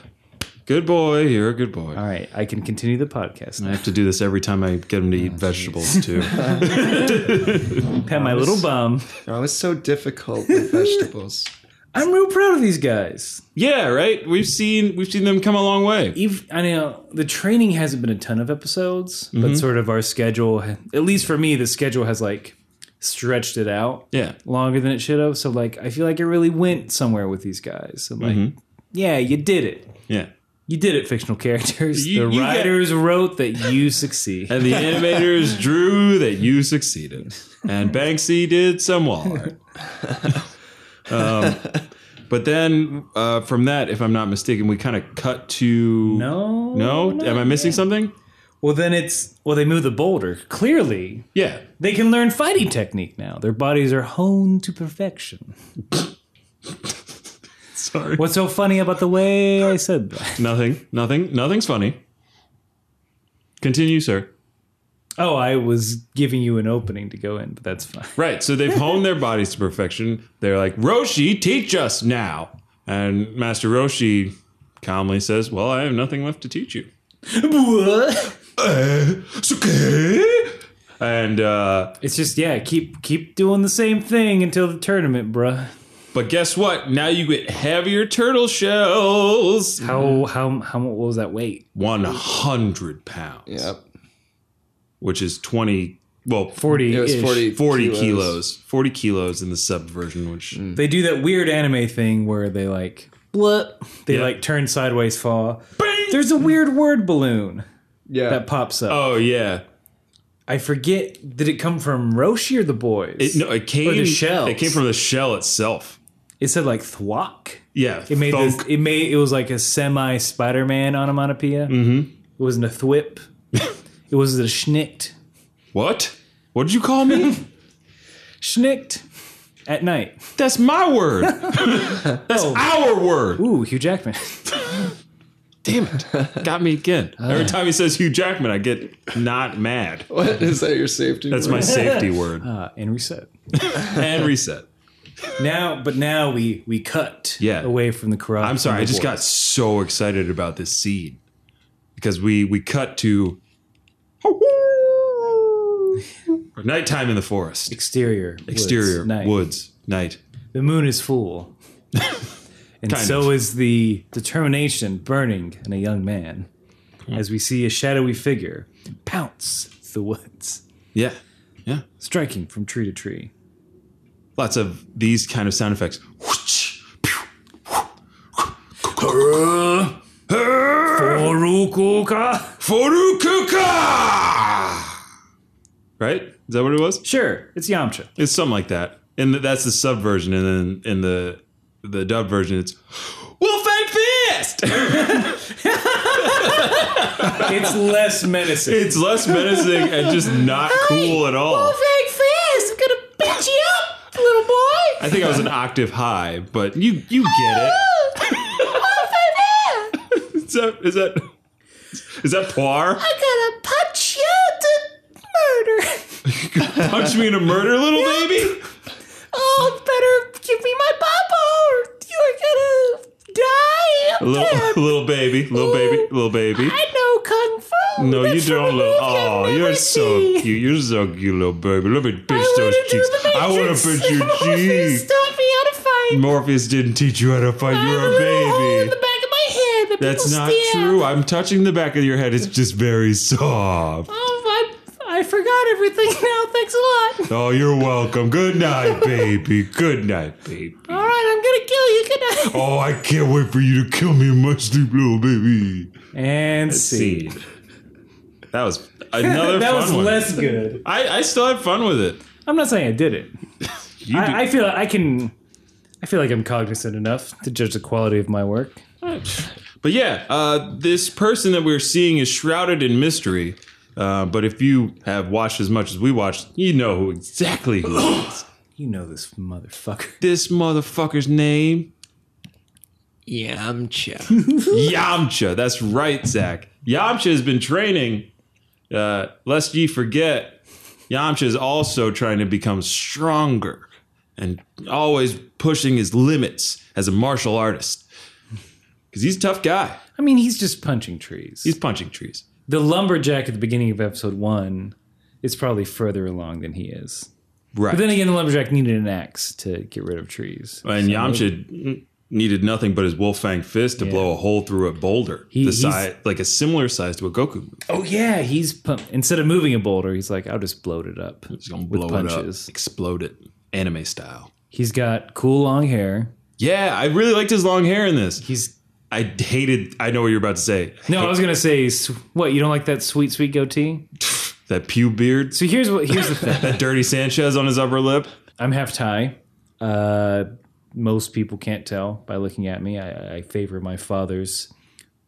B: good boy. You're a good boy.
A: All right, I can continue the podcast.
B: I
A: Now.
B: have to do this every time I get him to
A: Oh,
B: eat vegetables too.
A: Pat my little bum.
C: Oh, it's so difficult with vegetables.
A: I'm real proud of these guys.
B: yeah, right. We've seen we've seen them come a long way.
A: Eve, I know the training hasn't been a ton of episodes,
B: Mm-hmm.
A: but sort of our schedule, at least for me, the schedule has like stretched it out
B: Yeah.
A: longer than it should have. So like, I feel like it really went somewhere with these guys. I'm like,
B: Mm-hmm.
A: yeah, you did it.
B: Yeah.
A: You did it, fictional characters.
B: You-
A: the
B: you got-
A: writers wrote that you succeed.
B: And the animators drew that you succeeded, and Banksy did some wall art. um, but then uh, from that, if I'm not mistaken, we kind of cut to
A: No,
B: no. Am I missing something?
A: Well, then it's well, they move the boulder. Clearly,
B: Yeah.
A: They can learn fighting technique now. Their bodies are honed to perfection.
B: Sorry.
A: What's so funny about the way I said that?
B: Nothing. Nothing. Nothing's funny. Continue, sir.
A: Oh, I was giving you an opening to go in, but that's fine.
B: Right. So they've honed their bodies to perfection. They're like, Roshi, teach us now. And Master Roshi calmly says, Well, I have nothing left to teach you. "Eh, it's okay. And uh,
A: It's just yeah, keep keep doing the same thing until the tournament, bruh.
B: but guess what? Now you get heavier turtle shells.
A: How how how what was that weight?
B: One hundred pounds.
C: Yep.
B: Which is twenty well
A: Forty. Mm.
C: It was 40,
B: 40 kilos. 40 kilos in the subversion, which
A: They do that weird anime thing where they like blip. They
B: Yeah.
A: like turn sideways, fall. There's a weird word balloon
C: Yeah.
A: that pops up.
B: Oh yeah.
A: I forget. Did it come from Roshi or the boys?
B: It, no, it came.
A: shells.
B: It came from the shell itself.
A: It said like thwack.
B: Yeah,
A: It made this, it made it was like a semi Spider Man onomatopoeia. Mm-hmm. It wasn't a thwip. it was a schnicked.
B: What? What did you call me?
A: Schnicked at night.
B: That's my word. That's our word.
A: Oh. Ooh, Hugh Jackman.
B: Damn it! Got me again.
A: Ah.
B: Every time he says Hugh Jackman, I get not mad.
C: What is that your safety?
B: That's my safety word.
A: Uh, and reset.
B: And reset.
A: Now, but now we we cut
B: Yeah.
A: away from the corrupt.
B: I'm sorry, I just
A: underworld.
B: got so excited about this scene because we we cut to nighttime in the forest,
A: exterior woods,
B: exterior
A: night.
B: woods, night.
A: The moon is full, and
B: Kind
A: so
B: of.
A: is the determination burning in a young man
B: Hmm.
A: as we see a shadowy figure pounce the woods,
B: Yeah, yeah.
A: striking from tree to tree.
B: Lots of these kind of sound effects.
A: Orukuka.
B: Forukuka! Right? Is that what it was?
A: Sure, it's Yamcha.
B: It's something like that. And th- that's the sub version. And then in the the dub version, it's Wolf and Fist!
A: It's less menacing.
B: it's less menacing and just not cool at all. Wolf and Fist! I'm gonna beat you up, little boy! I think I was an octave high, but you you get it. is that is that is that poir?
E: gonna punch you to murder.
B: Punch me in a murder, little baby?
E: Oh, better give me my papa or you're gonna die.
B: Little, little baby, little baby, little baby.
E: I know kung fu.
B: No, you
E: That's
B: don't
E: from a
B: look.
E: movie
B: Oh,
E: I've
B: you're
E: never
B: so
E: seen.
B: cute. You're so cute, little baby. Let me pinch
E: I
B: those
E: wanna do
B: cheeks.
E: the Matrix.
B: I want to pinch your
E: Morpheus
B: cheeks.
E: taught me how to fight.
B: Morpheus didn't teach you how to fight.
E: I have
B: You're a
E: a little hole in
B: baby.
E: the back of my head that
B: That's
E: people
B: not
E: stare.
B: true. I'm touching the back of your head. It's just very soft.
E: Oh, I, I forgot everything now. Thanks a lot.
B: Oh, you're welcome. Good night, baby. Good night, baby.
E: All right, I'm gonna kill you. Good night.
B: Oh, I can't wait for you to kill me in my sleep, little baby.
A: And see,
B: Scene. That was another
A: that
B: fun
A: was
B: one.
A: less good.
B: I, I still had fun with it.
A: I'm not saying I did it.
B: You do-
A: I, I feel I can. I feel like I'm cognizant enough to judge the quality of my work.
B: But yeah, uh, this person that we're seeing is shrouded in mystery. Uh, but if you have watched as much as we watched, you know who exactly who it is.
A: You know this motherfucker.
B: this motherfucker's name.
D: Yamcha.
B: Yamcha. That's right, Zach. Yamcha has been training. Uh, lest ye forget, Yamcha is also trying to become stronger and always pushing his limits as a martial artist. Because he's a tough guy.
A: I mean, he's just punching trees.
B: He's punching trees.
A: the lumberjack at the beginning of episode one is probably further along than he is.
B: Right.
A: But then again, the lumberjack needed an axe to get rid of trees.
B: And Yamcha needed nothing but his wolf fang fist to blow a hole through a boulder, the
A: he's-
B: size like a similar size to a Goku. move.
A: Oh yeah, he's pump- instead of moving a boulder, he's like, I'll just bloat it up
B: He's gonna
A: with
B: blow it
A: punches.
B: up, explode it, anime style.
A: He's got cool long hair.
B: Yeah, I really liked his long hair in this.
A: He's
B: I hated. I know what you're about to say.
A: no, I was gonna say, s- what you don't like that sweet sweet goatee?
B: That pew beard,
A: So here's what here's the thing.
B: that dirty Sanchez on his upper lip.
A: I'm half Thai. Uh, most people can't tell by looking at me. I, I favor my father's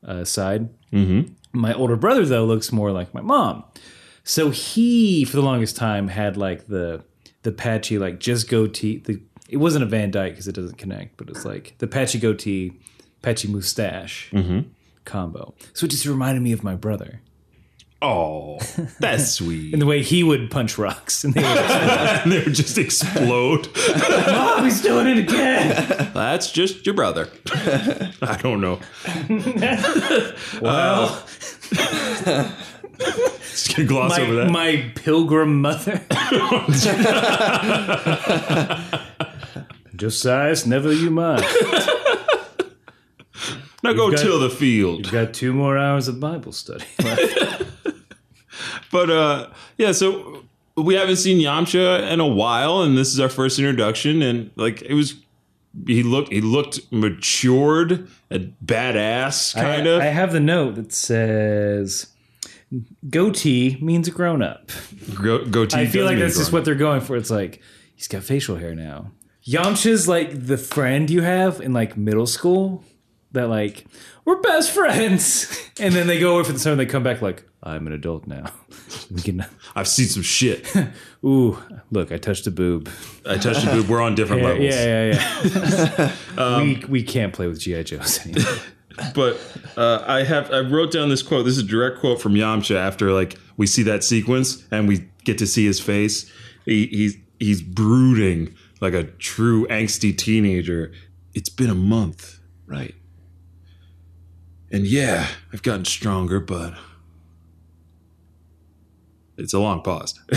A: uh, side. Mm-hmm. My older brother, though, looks more like my mom. So he, for the longest time, had like the the patchy, like just goatee. The, it wasn't a Van Dyke because it doesn't connect, but it's like the patchy goatee, patchy mustache combo. So it just reminded me of my brother
B: Oh, that's sweet.
A: and the way he would punch rocks and they would,
B: and they would just explode.
A: oh, he's doing it again.
B: that's just your brother. I don't know.
A: Well.
B: Uh, Just gonna gloss over
A: my,
B: that.
A: my pilgrim mother. Josias, never you mind.
B: now go
A: got-
B: till the field.
A: Got two more hours of Bible study.
B: But uh, yeah, so we haven't seen Yamcha in a while, and this is our first introduction. And like it was, he looked he looked matured and badass, kind of.
A: I have the note that says goatee means grown up.
B: Go, goatee.
A: I feel
B: does
A: like
B: mean
A: that's just
B: growing.
A: what they're going for. It's like he's got facial hair now. Yamcha's like the friend you have in like middle school that like we're best friends, and then they go away for the summer. and They come back like I'm an adult now. We can
B: I've seen some shit.
A: Ooh, look, I touched a boob.
B: I touched you. We're on different
A: Yeah,
B: levels.
A: yeah, yeah. yeah. we, we can't play with G.I. Joes anymore.
B: but uh, I have I wrote down this quote. This is a direct quote from Yamcha after like we see that sequence and we get to see his face. He, he's he's brooding like a true angsty teenager, it's been a month, right? And yeah, I've gotten stronger, but it's a long pause.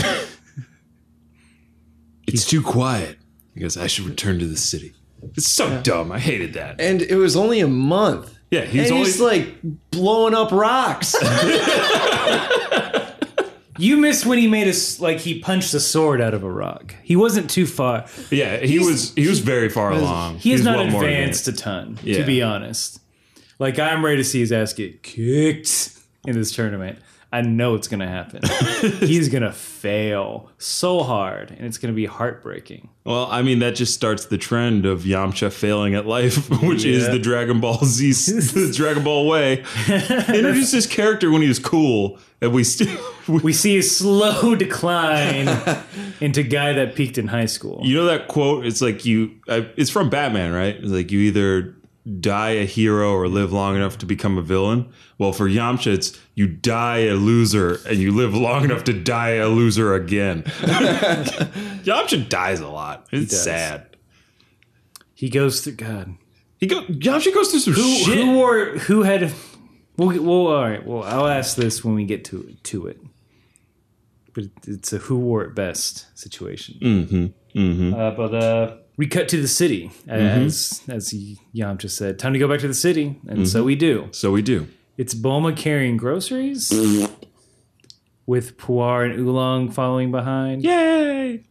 B: it's too quiet. He goes, I should return to the city. It's so dumb. I hated that.
C: And it was only a month.
B: Yeah, he's
C: and
B: always
C: he's like blowing up rocks.
A: You missed when he made us like he punched a sword out of a rock. He wasn't too far.
B: yeah. He was he was very far along.
A: He has
B: He's
A: not
B: well more
A: advanced a ton,
B: Yeah.
A: to be honest. Like I'm ready to see his ass get kicked in this tournament. I know it's gonna happen. He's gonna fail so hard, and it's gonna be heartbreaking.
B: Well, I mean, that just starts the trend of Yamcha failing at life, which is
A: Yeah.
B: the Dragon Ball Z, the Dragon Ball way. Introduce this character when he was cool, and we still,
A: We see a slow decline into guy that peaked in high school.
B: you know, that quote. It's like you, I, it's from Batman, right? It's like you either die a hero or live long enough to become a villain. Well, for Yamcha, it's you die a loser and you live long enough to die a loser again. Yamcha dies a lot. It's
A: does.
B: sad.
A: He goes through God.
B: He go, Yamcha goes through some
A: Who,
B: shit.
A: who were who had? We'll, get- well, all right. Well, I'll ask this when we get to to it. But it's a who wore it best situation. Mm-hmm. Mm-hmm. Uh, but uh, we cut to the city, as as Yam just said. Time to go back to the city, and so we do.
B: so we do.
A: It's Bulma carrying groceries, with Puar and Oolong following behind.
B: Yay!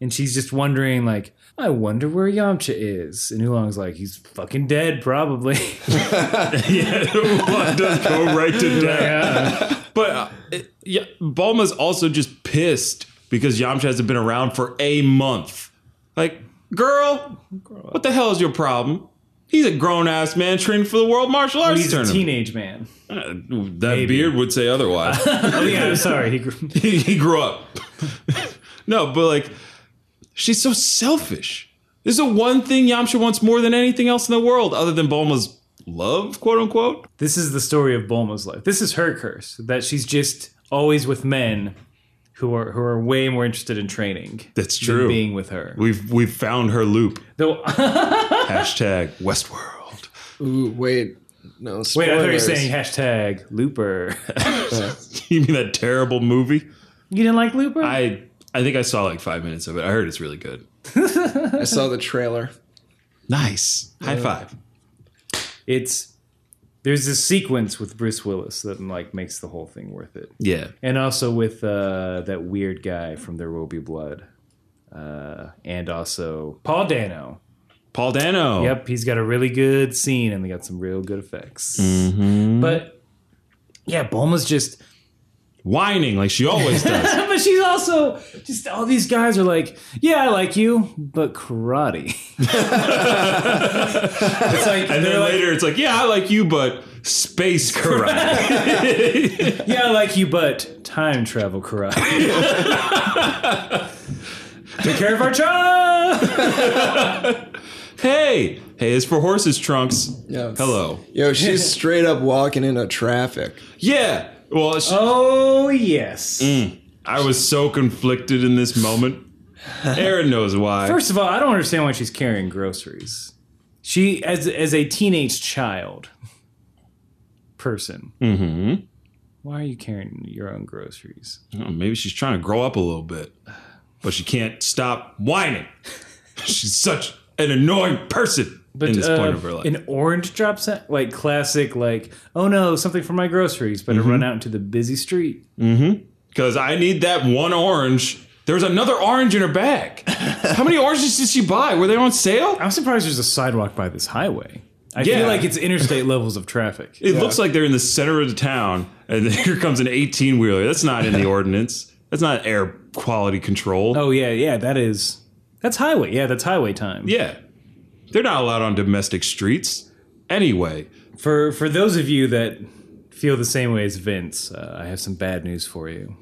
A: And she's just wondering, like, I wonder where Yamcha is. And Oolong's like, he's fucking dead, probably.
B: Oolong does go right to death. But uh, it- yeah, Bulma's also just pissed because Yamcha hasn't been around for a month. Like, girl, what the hell is your problem? He's a grown ass man trained for the World Martial Arts
A: he's a
B: Tournament.
A: teenage man.
B: Uh, that beard would say otherwise.
A: Oh yeah, I'm sorry. He grew-
B: he, he grew up. no, but like, she's so selfish. This is the one thing Yamcha wants more than anything else in the world, other than Bulma's love, quote unquote.
A: this is the story of Bulma's life. This is her curse that she's just always with men who are who are way more interested in training
B: That's
A: than
B: true.
A: being with her.
B: We've we've found her loop.
A: Though
B: Hashtag Westworld.
C: Ooh, wait. No, spoilers.
A: wait, I thought you were saying hashtag Looper.
B: you mean that terrible movie?
A: you didn't like Looper?
B: I I think I saw like five minutes of it. I heard it's really good.
C: I saw the trailer.
B: Nice. High five.
A: it's there's this sequence with Bruce Willis that like makes the whole thing worth it.
B: Yeah.
A: And also with uh, that weird guy from There Will Be Blood. Uh, and also Paul Dano.
B: Paul Dano.
A: Yep, he's got a really good scene and they got some real good effects. But yeah, Bulma's just.
B: Whining like she always does.
A: But she's also just all these guys are like, yeah, I like you, but karate. it's like
B: And
A: they're
B: then
A: like,
B: later it's like, yeah, I like you, but space karate.
A: yeah, I like you, but time travel karate. Take care of our child.
B: hey. Hey, it's for horses trunks.
C: Yeah.
B: Hello.
C: Yo, she's straight up walking into traffic.
B: Yeah. Well, she,
A: Oh yes.
B: I was so conflicted in this moment. Aaron knows why.
A: First of all, I don't understand why she's carrying groceries. She, as as a teenage child person, mm-hmm. why are you carrying your own groceries?
B: Oh, maybe she's trying to grow up a little bit, but she can't stop whining. She's such an annoying person in this point
A: uh,
B: of her life.
A: an orange drop set, like classic, like oh no, something for my groceries, but
B: Mm-hmm.
A: I run out into the busy street.
B: Because I need that one orange. There's another orange in her bag. How many oranges did she buy? Were they on sale?
A: I'm surprised there's a sidewalk by this highway. I
B: Yeah.
A: feel like it's interstate levels of traffic.
B: It looks like they're in the center of the town, and then here comes an 18 wheeler. That's not in the ordinance. That's not air quality control.
A: Oh yeah, yeah, that is that's highway. Yeah, that's highway time.
B: Yeah. They're not allowed on domestic streets. Anyway,
A: For for those of you that feel the same way as Vince, uh, I have some bad news for you.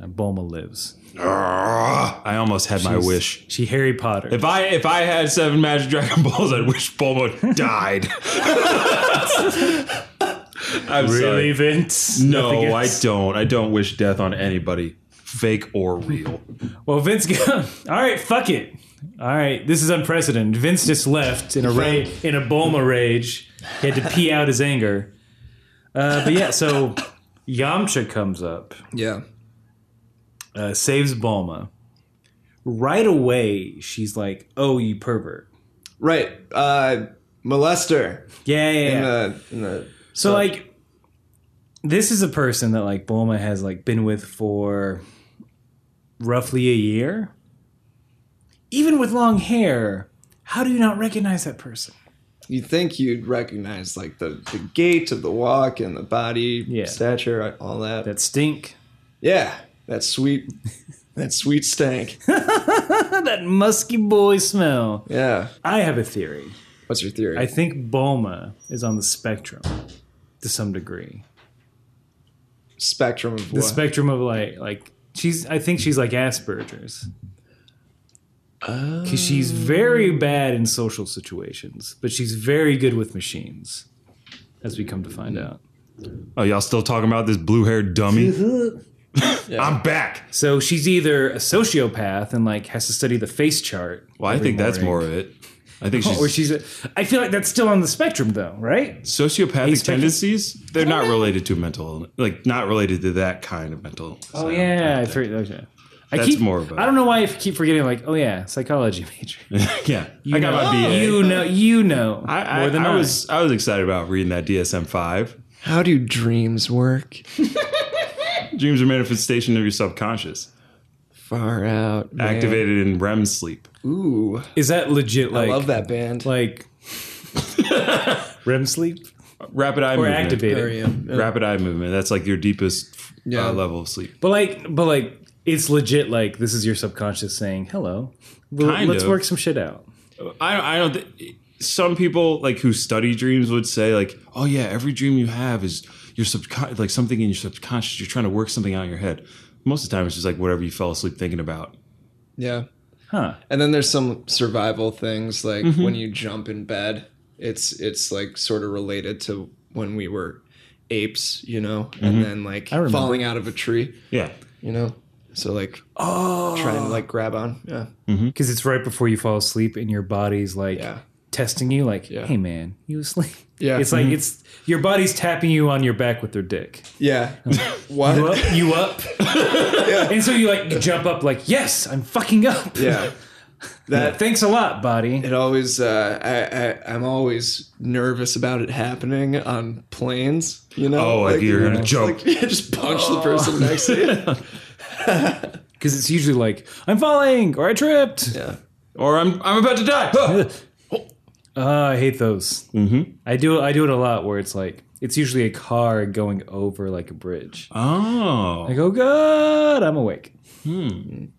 A: Uh, Bulma lives.
B: I almost had my wish.
A: She Harry Potter.
B: If I if I had seven magic dragon balls, I'd wish Bulma died. I'm
A: really,
B: sorry.
A: Vince?
B: No,
A: Nothing
B: I
A: else?
B: don't. I don't wish death on anybody. fake or real.
A: Well, Vince, go- all right, fuck it. All right, this is unprecedented. Vince just left in a ra- in a Bulma rage. He had to pee out his anger. Uh, but yeah, so Yamcha comes up,
C: Yeah.
A: uh, saves Bulma. Right away, she's like, "Oh, you pervert!"
C: Right. Uh, molester
A: Yeah, yeah.
C: in
B: uh,
A: yeah.
C: the in the
A: So like this is a person that like Bulma has like been with for roughly a year. Even with long hair, how do you not recognize that person?
C: you think you'd recognize like the, the gait of the walk and the body
A: Yeah.
C: stature uh, all that.
A: That stink.
C: yeah that sweet that sweet stank
A: That musky boy smell.
C: yeah
A: I have a theory.
C: what's your theory
A: I think Bulma is on the spectrum to some degree.
C: spectrum of
A: The
C: what
A: spectrum of like like she's I think she's like Asperger's.
B: Oh.
A: Because she's very bad in social situations, but she's very good with machines, as we come to find
B: Mm.
A: out.
B: Oh, y'all still talking about this blue haired dummy? I'm back.
A: So she's either a sociopath and like has to study the face chart.
B: Well, I
A: every
B: think that's more
A: morning,
B: of it. I think she's,
A: Oh, Or she's a, I feel like that's still on the spectrum though, right?
B: sociopathic
A: Expect-
B: tendencies. They're not related to mental, illness- like not related to that kind of mental. illness. I
A: Oh
B: don't-
A: yeah, I
B: I
A: forget. Okay. I
B: That's
A: keep,
B: more of a-
A: I don't know why I keep forgetting. Like, oh yeah, psychology major.
B: don't- yeah, I got
A: know,
B: my BA.
A: You know, you know
B: I, I,
A: more than
B: I was I was excited about reading that DSM five.
C: how do dreams work
B: Dreams are manifestation of your subconscious,
C: far out man.
B: activated in REM sleep.
C: ooh
A: Is that legit? Like,
C: i love that band
A: Like REM sleep
B: Rapid eye
A: or
B: movement. Uh,
A: activated,
B: Rapid eye movement. That's like your deepest
C: Yeah.
B: uh, level of sleep.
A: but like, but like, it's legit. Like, this is your subconscious saying, "Hello, Well,
B: Kind
A: let's
B: of.
A: work some shit out."
B: I don't. I don't. Th- some people like who study dreams would say like, "Oh yeah, every dream you have is your subcon like something in your subconscious. You're trying to work something out in your head." Most of the time, it's just like whatever you fell asleep thinking about.
C: yeah
A: Huh?
C: and then there's some survival things like
B: Mm-hmm.
C: when you jump in bed it's it's like sort of related to when we were apes you know
B: Mm-hmm.
C: and then like
A: remember.
C: falling out of a tree
B: Yeah,
C: you know so like oh trying to like grab on yeah
B: Mm-hmm.
A: Because it's right before you fall asleep, and your body's like
C: Yeah.
A: testing you, like,
C: Yeah.
A: "Hey, man, you asleep?"
C: Yeah.
A: It's like it's your body's tapping you on your back with their dick.
C: yeah what
A: You up? You up? And so you like you jump up, like, "Yes, I'm fucking up."
C: yeah that
A: Thanks a lot, body.
C: it always uh I, I i'm always nervous about it happening on planes you know
B: Oh, like you're gonna
C: it's
B: jump. Oh.
C: like, just punch the person next to you
A: Because it's usually like, "I'm falling" or "I tripped."
B: or I'm I'm about to die. Huh.
A: Uh, I hate those. Mm-hmm. I do. I do it a lot where it's like it's usually a car going over like a bridge.
B: oh,
A: Like, oh god, I'm awake. Hmm.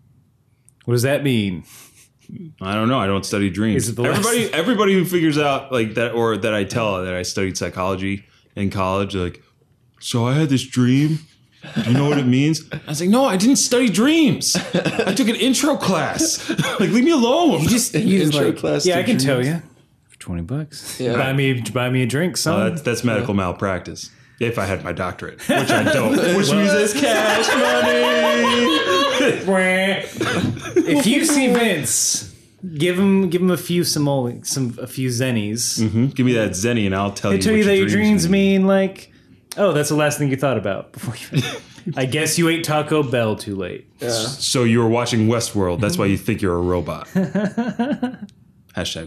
A: What does that mean?
B: I don't know. I don't study dreams.
A: Is it the last-
B: everybody everybody who figures out like that or that I tell that I studied psychology in college, they're like, so I had this dream. Do you know what it means? I was like, no, I didn't study dreams. I took an intro class. like, leave me alone.
A: You just you just
C: Intro
A: like,
C: class
A: yeah,
C: to
A: I can tell
C: dreams.
A: you for twenty bucks.
C: Yeah.
A: Buy me buy me a drink, son.
B: Uh, that's, that's medical malpractice. If I had my doctorate, which I don't, which means it's cash money.
A: if you see Vince, give him give him a few simoleons, some a few zennies.
B: Hmm? Give me that zenny, and I'll tell
A: They
B: you.
A: tell
B: what
A: you that your dreams
B: mean.
A: mean like, oh, that's the last thing you thought about before you. I guess you ate Taco Bell too late.
B: So you were watching Westworld. That's why you think you're a robot. Hashtag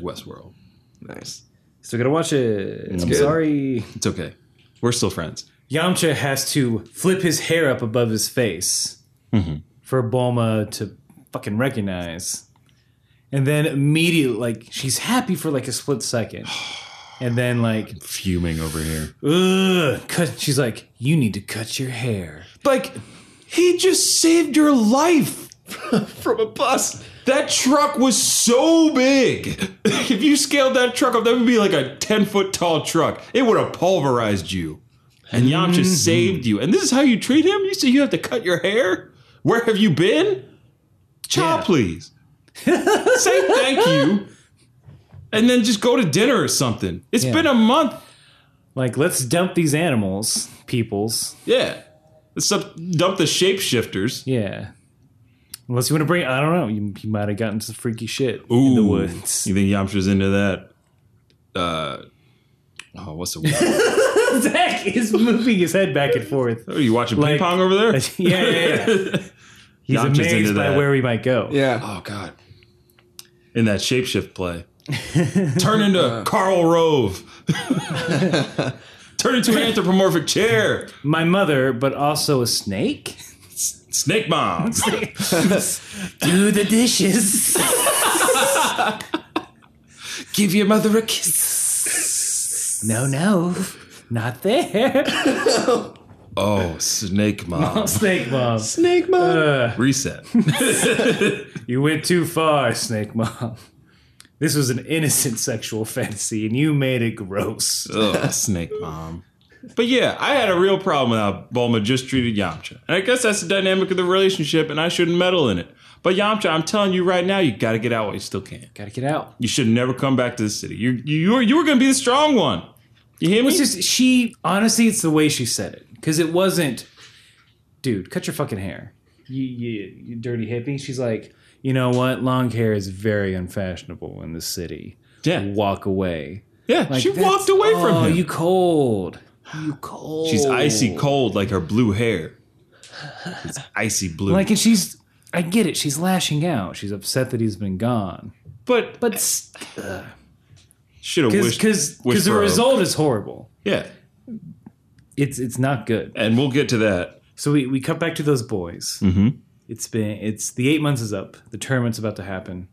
B: Westworld.
C: nice
A: Still gotta watch it. I'm
C: good.
A: sorry.
B: It's okay. We're still friends.
A: Yamcha has to flip his hair up above his face for Bulma to fucking recognize. And then immediately, like, she's happy for like a split second. And then, like,
B: Fuming over here.
A: ugh, cut. She's like, you need to cut your hair.
B: Like, he just saved your life.
C: from a bus
B: That truck was so big. if you scaled that truck up, that would be like a 10 foot tall truck. It would have pulverized you. And Yamcha saved you. And this is how you treat him? You say you have to cut your hair? Where have you been? Chow,
A: Yeah.
B: please. say thank you. And then just go to dinner or something. It's
A: Yeah.
B: been a month.
A: Like, let's dump these animals, peoples.
B: Yeah. Let's up- dump the shapeshifters.
A: Yeah. Unless you want to bring, I don't know. You, you might have gotten some freaky shit
B: Ooh,
A: in the woods.
B: You think Yamcha's into that? Uh, oh, what's the word?
A: Zach is moving his head back and forth.
B: Are you watching ping
A: Like-
B: pong over there?
A: yeah, yeah, yeah. He's
B: Yamcha's into
A: amazed by
B: that.
A: where we might go.
C: Yeah.
B: Oh God! In that shapeshift play, turn into Carl Rove. turn into an anthropomorphic chair.
A: My mother, but also a snake.
B: Snake bomb.
A: Do the dishes.
B: Give your mother a kiss.
A: no, no, not there.
B: Oh, snake mom.
A: snake mom.
C: Snake
B: Uh,
C: mom.
B: Reset.
A: You went too far, Snake Mom. This was an innocent sexual fantasy, and you made it gross.
B: Ugh, snake mom. But yeah, I had a real problem with how Bulma just treated Yamcha. And I guess that's the dynamic of the relationship, and I shouldn't meddle in it. But Yamcha, I'm telling you right now, you gotta get out while you still can.
A: Gotta get out.
B: You should never come back to the city. You you were you were gonna be the strong one. You hear me?
A: It's just she. Honestly, it's the way she said it, because it wasn't, dude. Cut your fucking hair, you, you you dirty hippie. She's like, you know what? Long hair is very unfashionable in the city.
B: yeah,
A: Walk away.
B: yeah. she
A: That's-
B: walked away
A: "Oh,
B: from him.
A: You cold. You cold.
B: She's icy cold, like her blue hair. It's icy blue.
A: Like, and she's. I get it. She's lashing out. She's upset that he's been gone.
B: but
A: But s-
B: should have wished.
A: because
B: wish
A: because the
B: for a-
A: result is horrible.
B: yeah,
A: It's it's not good.
B: and we'll get to that.
A: So we, we cut back to those boys. Mm-hmm. It's been it's the eight months is up. The tournament's about to happen.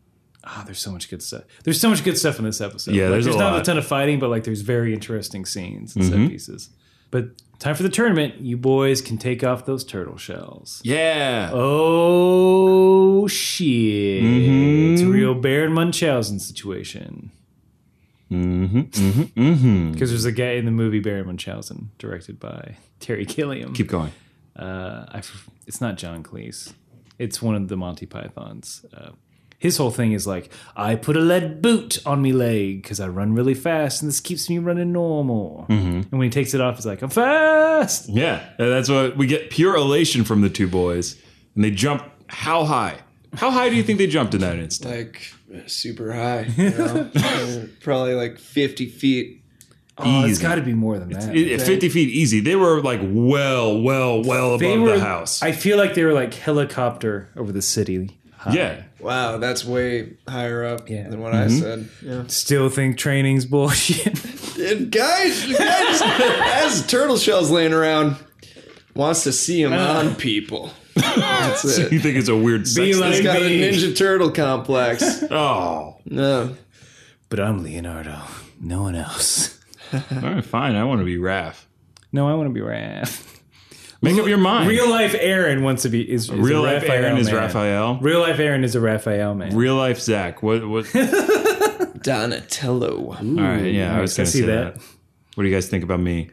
A: Ah, there's so much good stuff. There's so much good stuff in this episode.
B: Yeah,
A: Like,
B: there's a
A: not
B: lot. Mm-hmm.
A: a ton of fighting, but like there's very interesting scenes and set pieces. But time for the tournament. You boys can take off those turtle shells.
B: Yeah.
A: Oh shit! It's a real Baron Munchausen situation. Mm-hmm. Because there's a guy in the movie Baron Munchausen, directed by Terry Gilliam.
B: Keep going.
A: Uh, I f- it's not John Cleese. It's one of the Monty Pythons. Uh, his whole thing is like, I put a lead boot on me leg because I run really fast, and this keeps me running normal. And when he takes it off, he's like, I'm fast.
B: Yeah, and that's what we get pure elation from the two boys, and they jump how high? How high do you think they jumped in that instant?
C: Like super high. You know? Probably like 50 feet.
A: Oh, it's
B: Easy.
A: got to be more than that.
B: I- at Fifty feet easy. They were like well, well, well above the house.
A: I feel like they were like helicopter over the city.
B: yeah,
C: Wow, that's way higher up
A: Yeah.
C: than what I said. Yeah.
A: Still think training's bullshit.
C: And guys, the guy just has turtle shells laying around. Wants to see him on people. That's
B: you
C: it.
B: think it's a weird sex
A: like-
C: He's
B: thing?
C: got a
A: me.
C: Ninja Turtle complex.
B: Oh, all
C: No.
A: but I'm Leonardo. No one else.
B: right, fine. I want to be Raph.
A: No, I want to be Raph.
B: Make up your mind.
A: Real life Aaron wants to be is, is
B: Real
A: a
B: life
A: Raphael
B: Aaron is
A: man.
B: Raphael.
A: Real life Aaron is a Raphael man.
B: Real life Zach. What? What? all
C: Donatello.
B: right. Yeah, I was
A: I
B: gonna
A: see
B: say that.
A: that. Uh.
B: What do you guys think about me?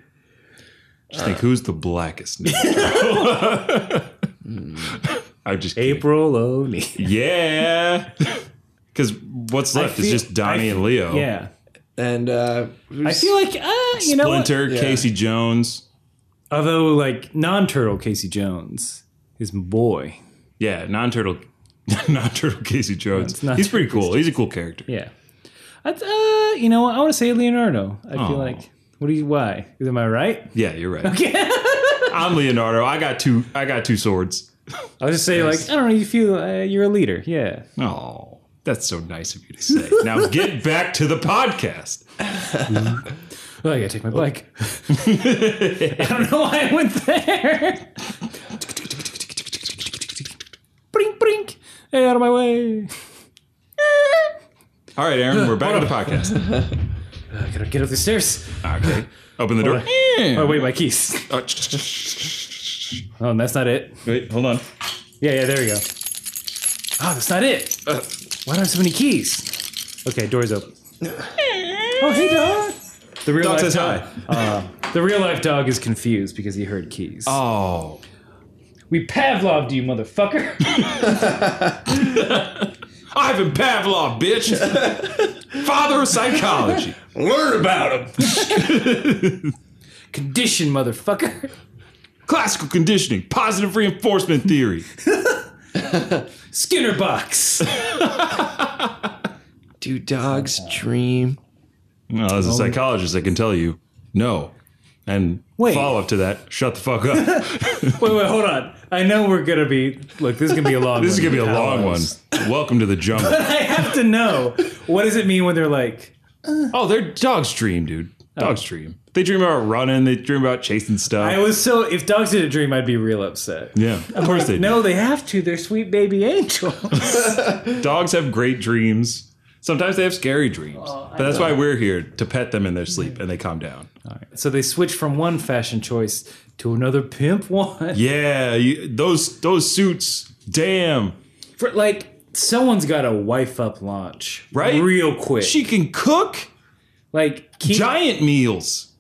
B: Just think, who's the blackest? ninja turtle? I'm just kidding.
A: April O'Neil.
B: Yeah. Because what's left is
A: feel-
B: just Donnie
A: I
B: and Leo.
A: Yeah,
C: And uh, who's-
A: I feel like uh, you know, what?
B: Splinter,
C: Yeah.
B: Casey Jones.
A: although like non-turtle Casey Jones is my boy.
B: Yeah, non turtle. Non turtle Casey Jones.
A: it's not-
B: He's pretty cool. He's a cool character.
A: Yeah. I, uh, you know, what? I want to say Leonardo. I
B: Aw.
A: feel like, what do you, why? Am I right?
B: Yeah, you're right. I'm Leonardo. I got two I got two swords.
A: I'll just say, like, I don't know, you feel uh, you're a leader. Yeah.
B: Oh, that's so nice of you to say. Now get back to the podcast.
A: Oh, I gotta take my bike. I don't know why I went there. brink, brink. Hey, out of my way.
B: All right, Aaron, we're back to the podcast.
A: Uh, I gotta get up the stairs.
B: Okay. Open the door.
A: Oh, wait, my keys.
B: Oh, sh- sh- sh- sh- sh-
A: Oh, and that's not it.
B: Wait, hold on.
A: Yeah, yeah, there we go. Oh, that's not it.
B: Uh,
A: Why do I have so many keys? Okay, door's open. oh, hey, dog. The real
B: Dog
A: life
B: says
A: dog. Uh, the real life dog is confused because he heard keys.
B: Oh.
A: We Pavloved you, motherfucker.
B: Ivan Pavlov, bitch. Father of psychology.
C: learn about him.
A: Condition, motherfucker.
B: Classical conditioning, positive reinforcement theory.
A: Skinner box.
C: Do dogs dream?
B: Well,
A: Oh.
B: as a psychologist, I can tell you, no. And
A: Wait.
B: follow up to that, shut the fuck up. this
A: Wait, wait, hold on. I know we're gonna be. Look, this is gonna be a long.
B: is
A: one.
B: gonna be a long one. Welcome to the jungle.
A: I have to know what does it mean when they're like,
B: oh, they're dogs dream, dude. Dogs dream. They dream about running. They dream about chasing stuff.
A: Oh. I was so. If dogs did a dream, I'd be real upset.
B: yeah, of course they do.
A: No, they have to. They're sweet baby angels.
B: Dogs have great dreams. Sometimes they have scary dreams,
A: Oh,
B: but that's why we're here to pet them in their sleep and they calm down.
A: so they switch from one fashion choice to another pimp one.
B: Yeah, you, those those suits. Damn,
A: For like, someone's got a wife up launch,
B: Right?
A: Real quick.
B: she can cook
A: like keep,
B: giant meals,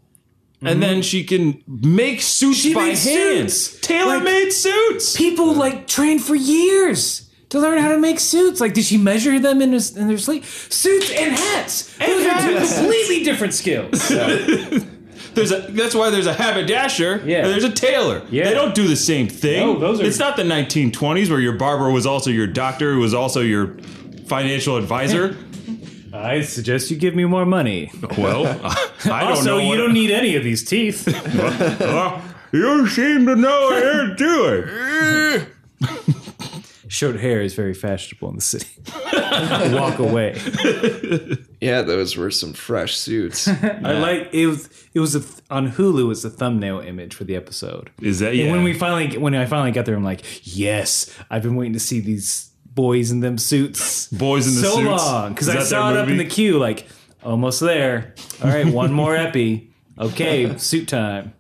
B: and then she can make suits
A: She
B: by
A: makes
B: hands,
A: suits.
B: tailor made suits.
A: people like train for years to learn how to make suits. Like, did she measure them in, his, in their sleep? Suits and hats. Those are two completely different skills.
B: There's a that's why there's a haberdasher.
A: Yeah.
B: and there's a tailor.
A: Yeah.
B: they don't do the same thing.
A: No, those are-
B: it's not the 1920s where your barber was also your doctor, who was also your financial advisor.
A: I suggest you give me more money.
B: Well, I don't know.
A: also, you
B: what-
A: don't need any of these teeth.
B: Uh, you seem to know what you're doing.
A: Short hair is very fashionable in the city. Walk away.
C: Yeah, those were some fresh suits.
A: I like it. Was, it was a, th- on Hulu. It was the thumbnail image for the episode.
B: Is that yeah?
A: And when we finally, when I finally got there, I'm like, yes, I've been waiting to see these boys in them suits.
B: Boys in the
A: so
B: suits.
A: long because
B: Is
A: I
B: that
A: saw it
B: their
A: up in the
B: movie?
A: queue, like almost there. All right, one more epi. Okay, suit time.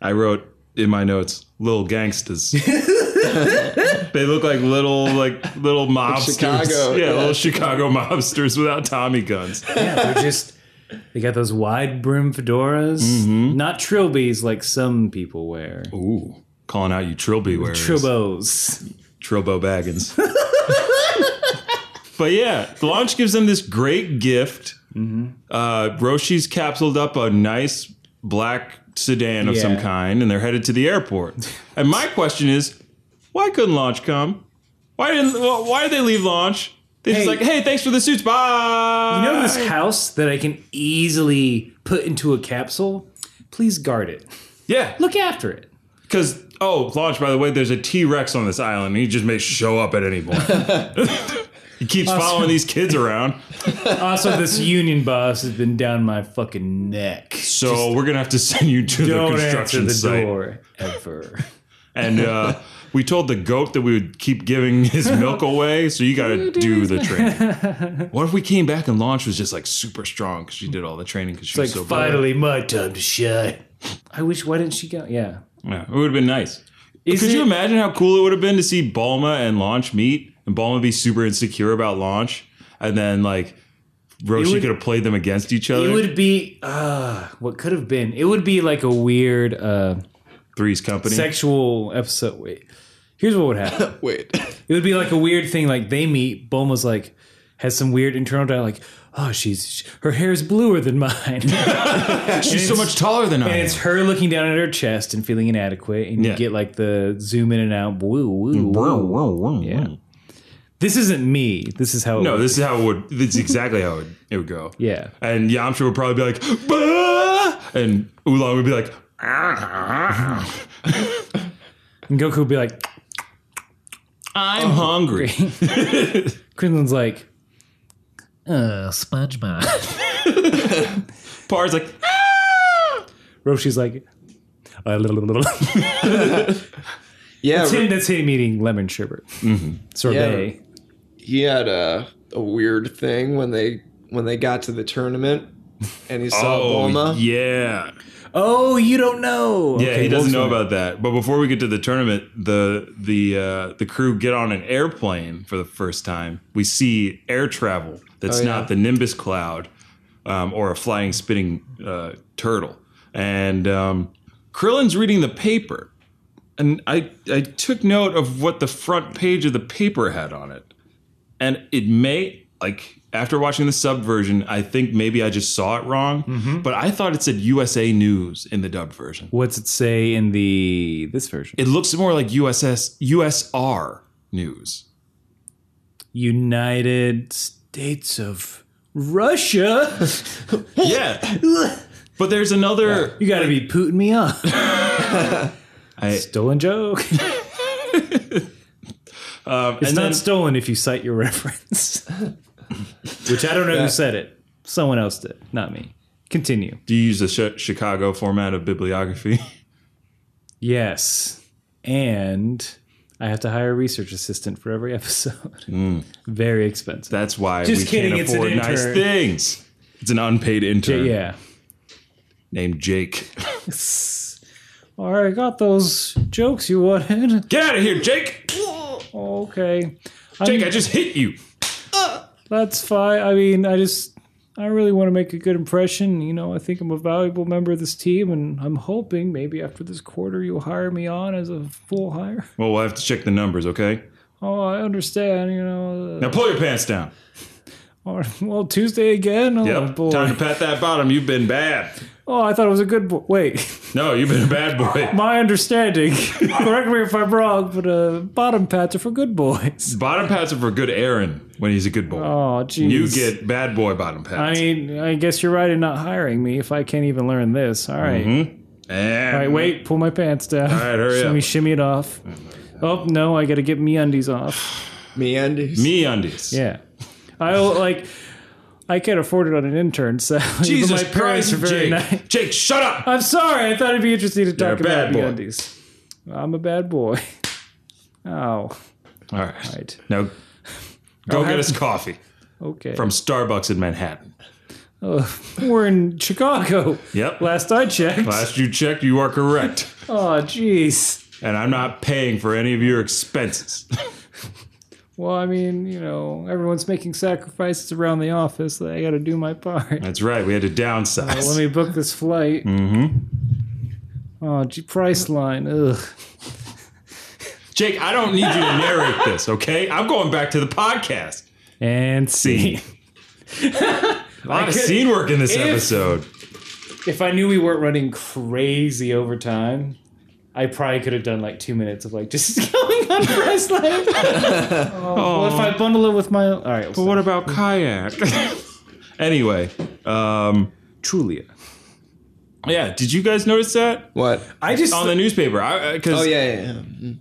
B: I wrote in my notes, "Little gangsters." they look like little like little mobsters.
C: Chicago,
B: yeah,
C: yeah.
B: little Chicago mobsters without Tommy guns.
A: Yeah, they're just they got those wide brim fedoras, not trilbies like some people wear.
B: Mm-hmm. Ooh, calling out you trilby wearers,
A: Trilbos.
B: trilbo baggins. but yeah, launch gives them this great gift.
A: Mm-hmm.
B: Uh, Roshi's capsuled up a nice black sedan of some
A: Yeah.
B: kind, and they're headed to the airport. and my question is, why couldn't launch come? Why didn't? wh- Why did they leave launch? They just
A: Hey.
B: like, hey, thanks for the suits, bye.
A: You know this house that I can easily put into a capsule? Please guard it.
B: yeah,
A: Look after it.
B: because oh, launch. By the way, there's a T Rex on this island, and he just may show up at any point. he keeps following these kids around.
A: Also, this union boss has been down my fucking neck.
B: So we're gonna have to send you to the
A: Don't
B: construction
A: answer the
B: site.
A: door ever.
B: And uh, we told the goat that we would keep giving his milk away, so you gotta do the training. What if we came back and launch was just like super strong because she did all the training because she
A: Like
B: was so
A: finally my time to shine. uh, I wish. Why didn't she go? Yeah.
B: brave. Yeah, it would have been nice.
A: Is
B: Could you
A: it-
B: imagine how cool it would have been to see Balma and Launch meet, and Balma be super insecure about Launch, and then like Roshi
A: would-
B: could have played them against each
A: It
B: other.
A: would be uh, what could have been. It would be like a weird uh,
B: Three's Company.
A: sexual episode. Wait, here's what would happen.
C: Wait,
A: it would be like a weird thing. Like they meet. Bulma's like has some weird internal dialogue. Like, oh, she's her hair's bluer than mine.
B: She's so much taller than I
A: And
B: am.
A: it's her looking down at her chest and feeling inadequate, and
B: Yeah.
A: you get like the zoom in and out. Woo, woo, woo.
B: Yeah.
A: This isn't me. This is how. It
B: No,
A: would-
B: this is how it would. This is exactly how it would, it would go.
A: Yeah.
B: And Yamcha would probably be like, bah! and Oolong would be like,
A: And Goku would be like,
B: I'm hungry.
A: Krinlin's like,
E: Uh, SpongeBob.
B: Par's like, Ah!
A: Roshi's like, uh, little, little, little.
C: yeah,
A: Tim, that's him eating lemon sherbet
B: Mm-hmm.
A: sorbet.
C: he had a, a weird thing when they when they got to the tournament and he saw
B: oh
C: Bulma.
B: yeah,
A: Oh, you don't know.
B: yeah. he doesn't know about that. But before we get to the tournament, the the uh, the crew get on an airplane for the first time. We see air travel that's
C: yeah.
B: not the Nimbus cloud um, or a flying spinning uh, turtle. And um, Krillin's reading the paper. and I, I took note of what the front page of the paper had on it. And it may, like, after watching the sub version, I think maybe I just saw it wrong, but I thought it said USA News in the dubbed version.
A: What's it say in the this version?
B: It looks more like USS USR News.
A: United States of Russia.
B: Yeah. But there's another
A: You got to be putting me up.
B: I-
A: stolen joke.
B: um,
A: It's
B: and
A: not
B: then-
A: stolen if you cite your reference. Which I don't know who said it. Someone else did, not me. Continue.
B: do you use the Chi- Chicago format of bibliography?
A: Yes. And I have to hire a research assistant for every episode. Very expensive.
B: Hmm. That's why
A: Just
B: we
A: kidding,
B: can't
A: it's an
B: afford nice
A: intern.
B: things. It's an unpaid intern
A: yeah.
B: named Jake.
A: All right, I got those jokes you wanted.
B: Get out of here, Jake!
A: Okay.
B: Jake, I just hit you.
A: That's fine. I mean, I just I really want to make a good impression. You know, I think I'm a valuable member of this team, and I'm hoping maybe after this quarter you'll hire me on as a full hire.
B: Well, we'll have to check the numbers, okay?
A: Oh, I understand. You know,
B: Now pull your pants down.
A: uh, well, Tuesday again. Oh
B: Yep.
A: boy.
B: Time to pat that bottom. You've been bad.
A: oh, I thought it was a good. Bo- Wait,
B: No, you've been a bad boy.
A: my understanding. correct me if I'm wrong, but uh, bottom pats are for good boys.
B: Bottom pats are for good Aaron when he's a good boy.
A: Oh, jeez.
B: you get bad boy bottom pats.
A: I mean, I guess you're right in not hiring me if I can't even learn this. All right.
B: And-
A: All right, wait, pull my pants down. All
B: Mm-hmm. right, hurry up.
A: shimmy, shimmy it off. Oh no, I got to get me undies off.
C: Me undies.
B: Me undies.
A: Yeah, I will, like. I can't afford it on an intern, so
B: Jesus
A: my parents
B: Christ,
A: are very
B: Jake.
A: nice.
B: Jake, shut up.
A: I'm sorry. I thought it'd be interesting to talk
B: You're a
A: about
B: bad boy.
A: me undies. I'm a bad boy. Oh,
B: All right.
A: right.
B: Now go
A: have-
B: get us coffee
A: Okay.
B: from Starbucks in Manhattan.
A: Ugh, we're in Chicago.
B: Yep.
A: Last I checked.
B: Last you checked, you are correct.
A: Oh, jeez.
B: and I'm not paying for any of your expenses.
A: Well, I mean, you know, everyone's making sacrifices around the office. I got to do my part.
B: That's right. We had to downsize.
A: Let me book this flight. Mm-hmm. Oh, gee, Priceline. Ugh.
B: Jake, I don't need you to narrate this, okay? I'm going back to the podcast.
A: And see.
B: A lot of
A: could-
B: scene work in this
A: if-
B: episode.
A: if I knew we weren't running crazy over time, I probably could have done like two minutes of like just going on Priceline. oh, well, if I bundle it with my all right, but
B: What about kayak? anyway, um,
A: Trulia?
B: yeah. Did you guys notice that
C: What?
A: I just
B: on the newspaper? I, uh, 'cause
C: Oh yeah, yeah. yeah.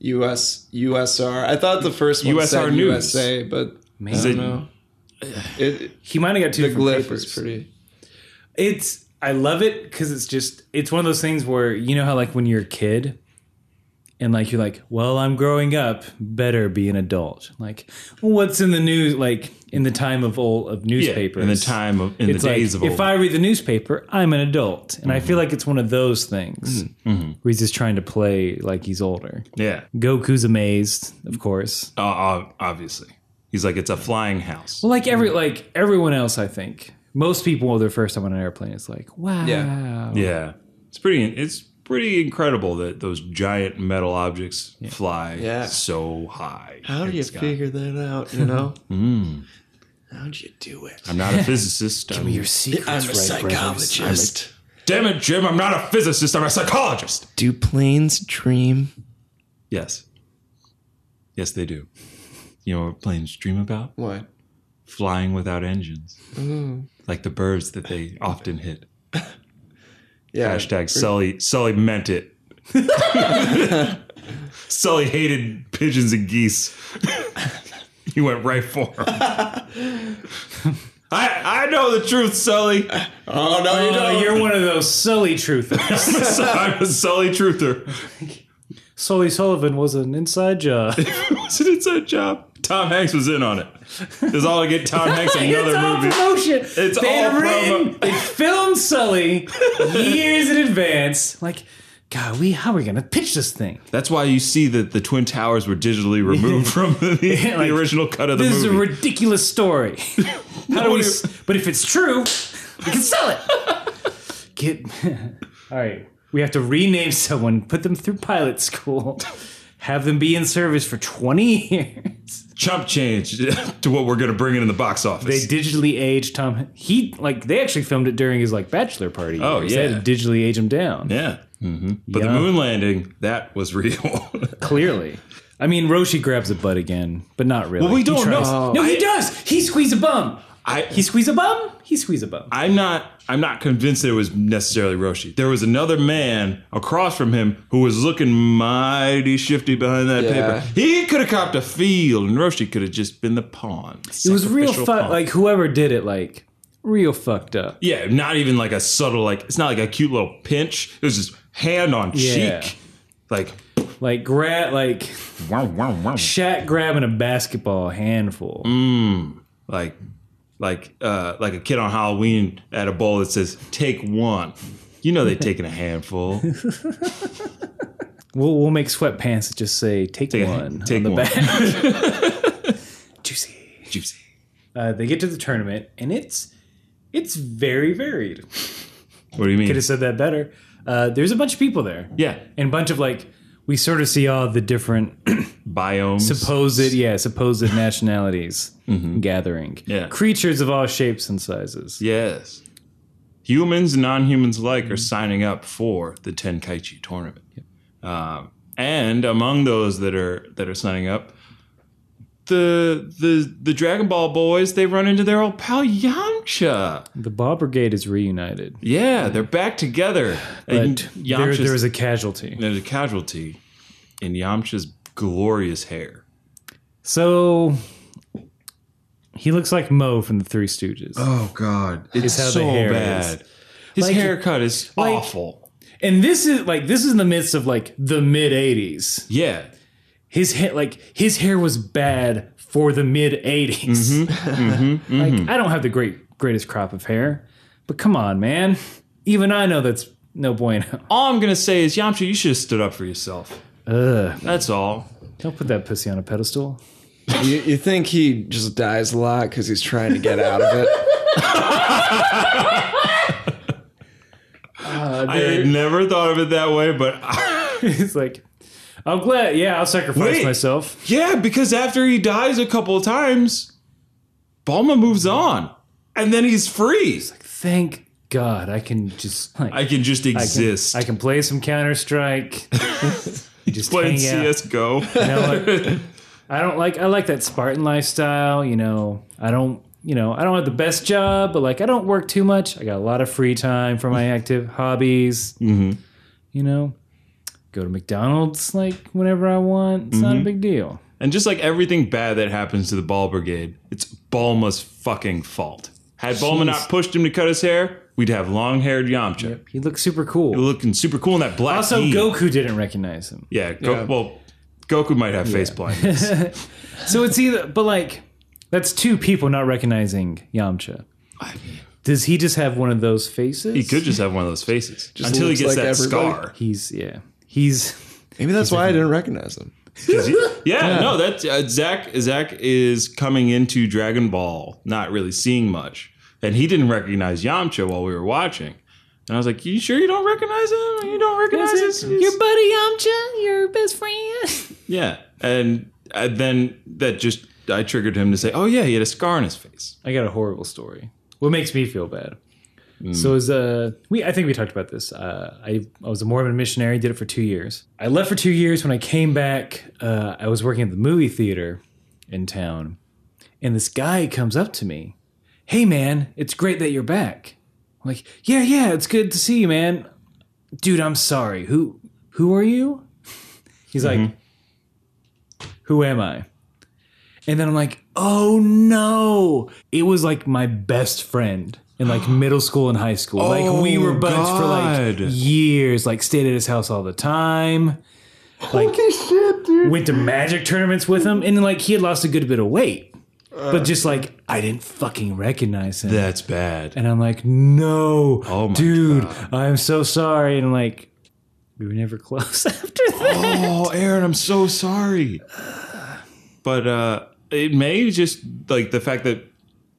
C: US USR. I thought the first one
B: USR
C: said
B: News.
C: USA, but
B: is
C: I
B: it-
C: don't know. It,
A: he might have got two
C: the
A: different
C: glyph
A: papers.
C: is pretty.
A: It's I love it because it's just it's one of those things where you know how like when you're a kid and like you're like, well, I'm growing up, better be an adult. Like, what's in the news? Like in the time of old of
B: yeah,
A: newspapers
B: in the time of in
A: it's
B: the
A: like,
B: days of
A: if
B: old. Mm-hmm.
A: I read the newspaper, I'm an adult, and I feel like it's one of those things where he's just trying to play like he's older.
B: yeah,
A: Goku's amazed, of course.
B: uh, uh, obviously. He's like, it's a flying house.
A: Well, like every like everyone else, I think most people their first time on an airplane is like, wow,
C: Yeah.
B: Yeah, it's pretty. It's pretty incredible that those giant metal objects fly
C: Yeah.
B: so high.
D: How
B: in
D: do
B: the
D: you
B: sky.
D: figure that out, you know? Hmm. How'd you do it?
B: I'm not a physicist. I'm-
A: your secrets,
D: I'm a
A: Wright brothers."
D: psychologist.
B: Damn it, Jim! I'm not a physicist. I'm a psychologist.
D: Do planes dream?
B: Yes. Yes, they do. You know what planes dream about?
C: What?
B: Flying without engines.
D: Mm.
B: Like the birds that they often hit.
C: Yeah.
B: Hashtag Sully, Sully meant it. Sully hated pigeons and geese. he went right for him. I, I know the truth, Sully.
C: Oh no,
B: Uh,
C: you
A: Oh,
C: don't.
A: you're one of those Sully truthers.
B: I'm a Sully truther.
A: Sully Sullivan was an inside job.
B: It's an inside job. Tom Hanks was in on it. It's all to get Tom Hanks another movie.
A: promotion.
B: It's
A: they
B: all
A: had written,
B: promo.
A: they filmed Sully years in advance. Like, God, we how are we gonna pitch this thing?
B: That's why you see that the Twin Towers were digitally removed from the, the,
A: like,
B: original cut of the
A: This is
B: movie.
A: a ridiculous story. How do we?
B: Nobody-
A: s- But if it's true, we can sell it. Get all right. We have to rename someone, put them through pilot school, have them be in service for 20 years.
B: Chump change to what we're going to bring in in the box
A: They
B: office.
A: digitally aged Tom. He like they actually filmed it during his like bachelor party.
B: Oh,
A: years. They had
B: yeah.
A: to digitally age him down.
B: yeah. hmm But the
A: Mm-hmm. Yeah.
B: moon landing, that was real.
A: Clearly. I mean, Roshi grabs a butt again, but not really.
B: Well, we
A: He
B: don't
A: tries-
B: know.
A: No, he does. He squeezed a bum.
B: I-
A: he squeezed a bum. He squeezed a bum.
B: I'm not I'm not convinced that it was necessarily Roshi. There was another man across from him who was looking mighty shifty behind that
C: Yeah.
B: paper. He could have copped a field and Roshi could have just been the pawn.
A: it was real
B: Sacrificial
A: fuck.
B: pawn.
A: Like whoever did it, like real fucked up.
B: Yeah, not even like a subtle like it's not like a cute little pinch. It was just hand on
A: Yeah.
B: cheek. Like
A: Like grab, like
B: wow wow wow. Mm.
A: Shaq grabbing a basketball handful.
B: Like like uh like a kid on Halloween at a bowl that says take one. You know they're taking a handful.
A: We'll we'll make sweatpants that just say "Take,
B: Take a-
A: one"
B: take
A: on the
B: one.
A: back. Juicy.
B: Juicy.
A: Uh, they get to the tournament, and it's it's very varied.
B: What do you mean?
A: Could have said that better. Uh, there's a bunch of people there.
B: Yeah.
A: and bunch of like we sort of see all the different
B: Biomes.
A: supposed yeah supposed nationalities gathering
B: Mm-hmm. Yeah.
A: creatures of all shapes and sizes
B: Yes. Humans and non humans alike are signing up for the Tenkaichi tournament. Um, and among those that are that are signing up, the the the Dragon Ball boys, they run into their old pal Yamcha.
A: the ball brigade is reunited
B: Yeah, they're back together. And
A: but there,
B: Yamcha's-
A: there was a casualty
B: there's a casualty in Yamcha's glorious hair.
A: so he looks like Mo from the Three Stooges
B: Oh God. It's
A: how the
B: so
A: hair
B: bad.
A: is.
B: His
A: Like-
B: haircut is
A: like-
B: awful.
A: and this is like this is in the midst of like the mid 80s
B: Yeah.
A: his hair like his hair was bad for the mid 80s
B: Mm-hmm.
A: like I don't have the great greatest crop of hair but come on man even I know that's no bueno
B: All I'm gonna say is Yamcha, you should have stood up for yourself.
A: Ugh.
B: That's all.
A: Don't put that pussy on a pedestal.
C: You, you think he just dies a lot because he's trying to get out of it?
B: I had never thought of it that way, but
A: it's like, I'm glad. Yeah, I'll sacrifice
B: Wait.
A: myself.
B: yeah, because after he dies a couple of times, Balma moves on, and then he's free.
A: Thank God I can just like
B: I can just exist.
A: I can play some Counter Strike. just
B: playing
A: hang out.
B: CS:GO.
A: You know, like, I don't like. I like that Spartan lifestyle. You know, I don't. You know, I don't have the best job, but like I don't work too much. I got a lot of free time for my active hobbies. Mm-hmm. You know, go to McDonald's like whenever I want. It's not a big deal.
B: And just like everything bad that happens to the Ball Brigade, it's Balma's fucking fault. Had Balma not pushed him to cut his hair, we'd have long-haired Yamcha
A: He looks super cool.
B: looking super cool in that black.
A: Also,
B: gi.
A: Goku didn't recognize him.
B: Yeah, Go- well, Goku might have face blindness.
A: So it's either, but like, that's two people not recognizing Yamcha. Does he just have one of those faces?
B: He could just have one of those faces until he
C: looks
B: gets
C: like
B: that
C: everybody.
B: scar.
A: He's, yeah. He's,
C: Maybe that's why I didn't recognize him.
B: 'Cause he- yeah, no, that's uh, Zach. Zach is coming into Dragon Ball, not really seeing much, and he didn't recognize Yamcha while we were watching. And I was like, "You sure you don't recognize him? You don't recognize his, his-
E: Your buddy Yamcha, your best friend.
B: Yeah, and uh, then that just I triggered him to say, "Oh yeah, he had a scar on his face."
A: I got a horrible story. What makes me feel bad?
E: Mm.
A: So as uh we I think we talked about this. Uh, I I was a Mormon missionary, did it for two years. I left for two years. When I came back, uh, I was working at the movie theater in town, and this guy comes up to me, "Hey man, it's great that you're back." I'm like, "Yeah, yeah, it's good to see you, man." Dude, I'm sorry. Who who are you? He's like, "Who am I?" And then I'm like, oh no. It was like my best friend in like middle school and high school. like we were buds for
B: God.
A: like years, like stayed at his house all the time. Like went to magic tournaments with him and like he had lost a good bit of weight. But just like I didn't fucking recognize him.
B: That's bad.
A: and I'm like, no,
B: Oh my
A: dude, I'm so sorry. And like, we were never close after that.
B: Oh, Aaron, I'm so sorry. But uh it may just like the fact that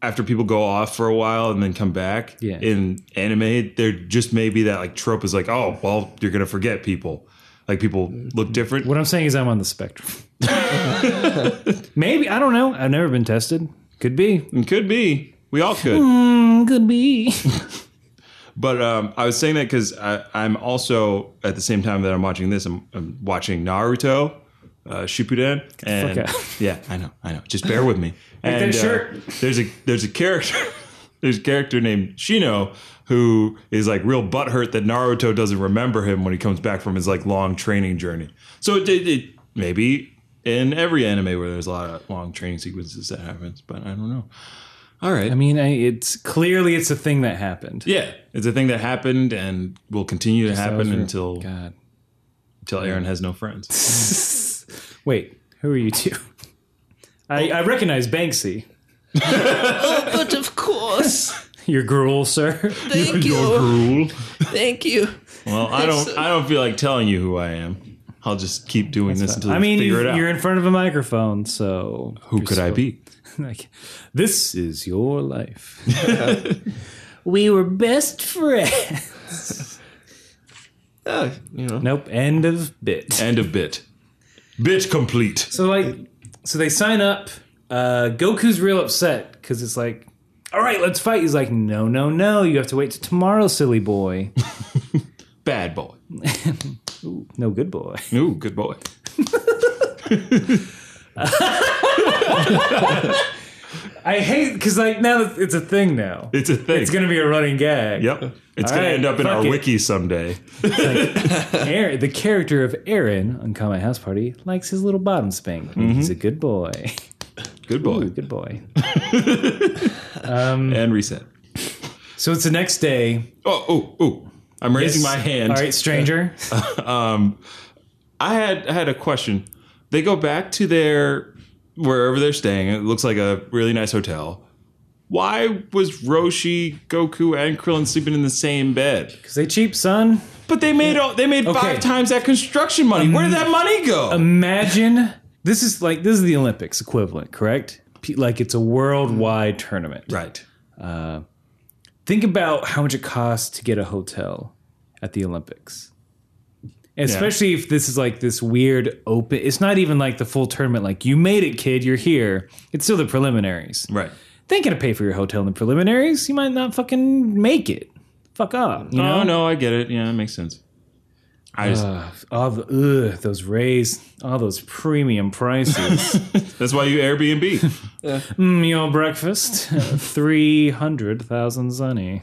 B: after people go off for a while and then come back
A: Yeah.
B: in anime, there just may be that like trope is like, oh, well, you're gonna forget people. Like people look different.
A: What I'm saying is I'm on the spectrum. Maybe I don't know. I've never been tested. Could be. Mm,
B: Could be. We all
A: Hmm.
B: could.
A: Could be.
B: But um, I was saying that because I'm also at the same time that I'm watching this, I'm, I'm watching Naruto. Uh, Shippuden, and
A: fuck out.
B: yeah, I know, I know. Just bear with me. And, uh,
A: shirt.
B: there's a there's a character, there's a character named Shino who is like real butthurt that Naruto doesn't remember him when he comes back from his like long training journey. So it, it, it maybe in every anime where there's a lot of long training sequences that happens, but I don't know. All right,
A: I mean, I, it's clearly it's a thing that happened.
B: yeah, it's a thing that happened and will continue to happen until
A: God.
B: until Aaron has no friends.
A: Wait, who are you two? I, I recognize Banksy.
E: But of course.
A: Your gruel, sir.
E: Thank you.
B: Rule.
E: Thank you.
B: Well, I don't I don't feel like telling you who I am. I'll just keep doing this until
A: I mean,
B: figure it out.
A: you're in front of a microphone, so
B: who could I be?
A: like, this is your life. we were best friends.
C: Oh, Yeah, you know.
A: Nope. End of bit.
B: End of bit. Bit complete.
A: So like, so they sign up. Uh, Goku's real upset because it's like, all right, let's fight. He's like, no, no, no. You have to wait till tomorrow, silly boy.
B: Bad boy.
A: No, good boy.
B: Ooh, good boy.
A: I hate because like now it's- it's a thing now.
B: It's a thing.
A: It's gonna be a running gag.
B: yep. It's
A: All
B: gonna
A: right,
B: end up in
A: fuck
B: our
A: it.
B: wiki someday.
A: Aaron, the character of Aaron on Comet House Party likes his little bottom spank. He's a good boy.
B: Good boy.
A: Good boy.
B: And reset.
A: So it's the next day.
B: Oh, oh, oh. I'm raising my hand.
A: All right, stranger.
B: I had I had a question. They go back to their wherever they're staying. It looks like a really nice hotel. Why was Roshi, Goku, and Krillin sleeping in the same bed?
A: Because they cheap, son.
B: But they made all, they made five times that construction money. Where did that money go?
A: Imagine this is like this is the Olympics equivalent, correct? P- Like it's a worldwide tournament.
B: right.
A: Think about how much it costs to get a hotel at the Olympics. Especially if this is like this weird open. It's not even like the full tournament. Like you made it, kid. You're here. It's still the preliminaries.
B: Right.
A: They ain't gonna pay for your hotel in the preliminaries. You might not fucking make it. Fuck off. You know?
C: Um,
B: Oh no, I get it. Yeah, that makes sense. I
C: uh,
B: just,
A: All the, Uh, ugh, those rays, all those premium prices.
B: that's why you Airbnb.
A: Meal breakfast, uh, 300,000 Sunny.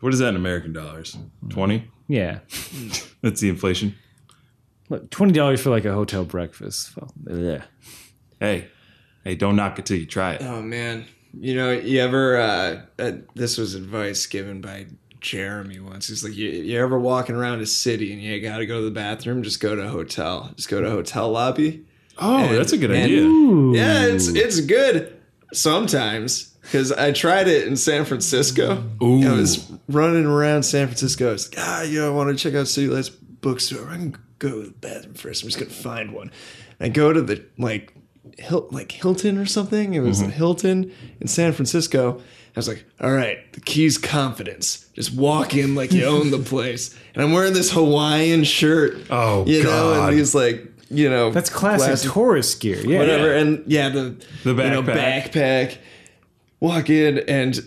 B: what is that in American dollars? Twenty.
A: Yeah.
B: That's the inflation.
A: Look, $20 for like a hotel breakfast. Yeah.
B: Hey, hey, don't knock it till you try it.
C: Oh man, you know, you ever? Uh, uh, this was advice given by Jeremy once. He's like, you, you ever walking around a city and you got to go to the bathroom? Just go to a hotel. Just go to a hotel lobby.
B: Oh, that's a good
C: and-
B: idea.
C: Yeah, it's it's good sometimes because I tried it in San Francisco.
B: Ooh.
C: I was running around San Francisco. I was like, ah, you know, I want to check out City Lights bookstore. I can go to the bathroom first. I'm just gonna find one. I go to the like, Hil- like Hilton or something. It was
B: Mm-hmm.
C: Hilton in San Francisco. I was like, all right, the key's confidence. Just walk in like you own the place. And I'm wearing this Hawaiian shirt.
B: Oh,
C: you know,
B: God.
C: and these like, you know,
A: That's classic
C: plastic
A: tourist gear. Yeah.
C: whatever. And yeah, the
B: The
C: you know,
B: backpack.
C: backpack. Walk in and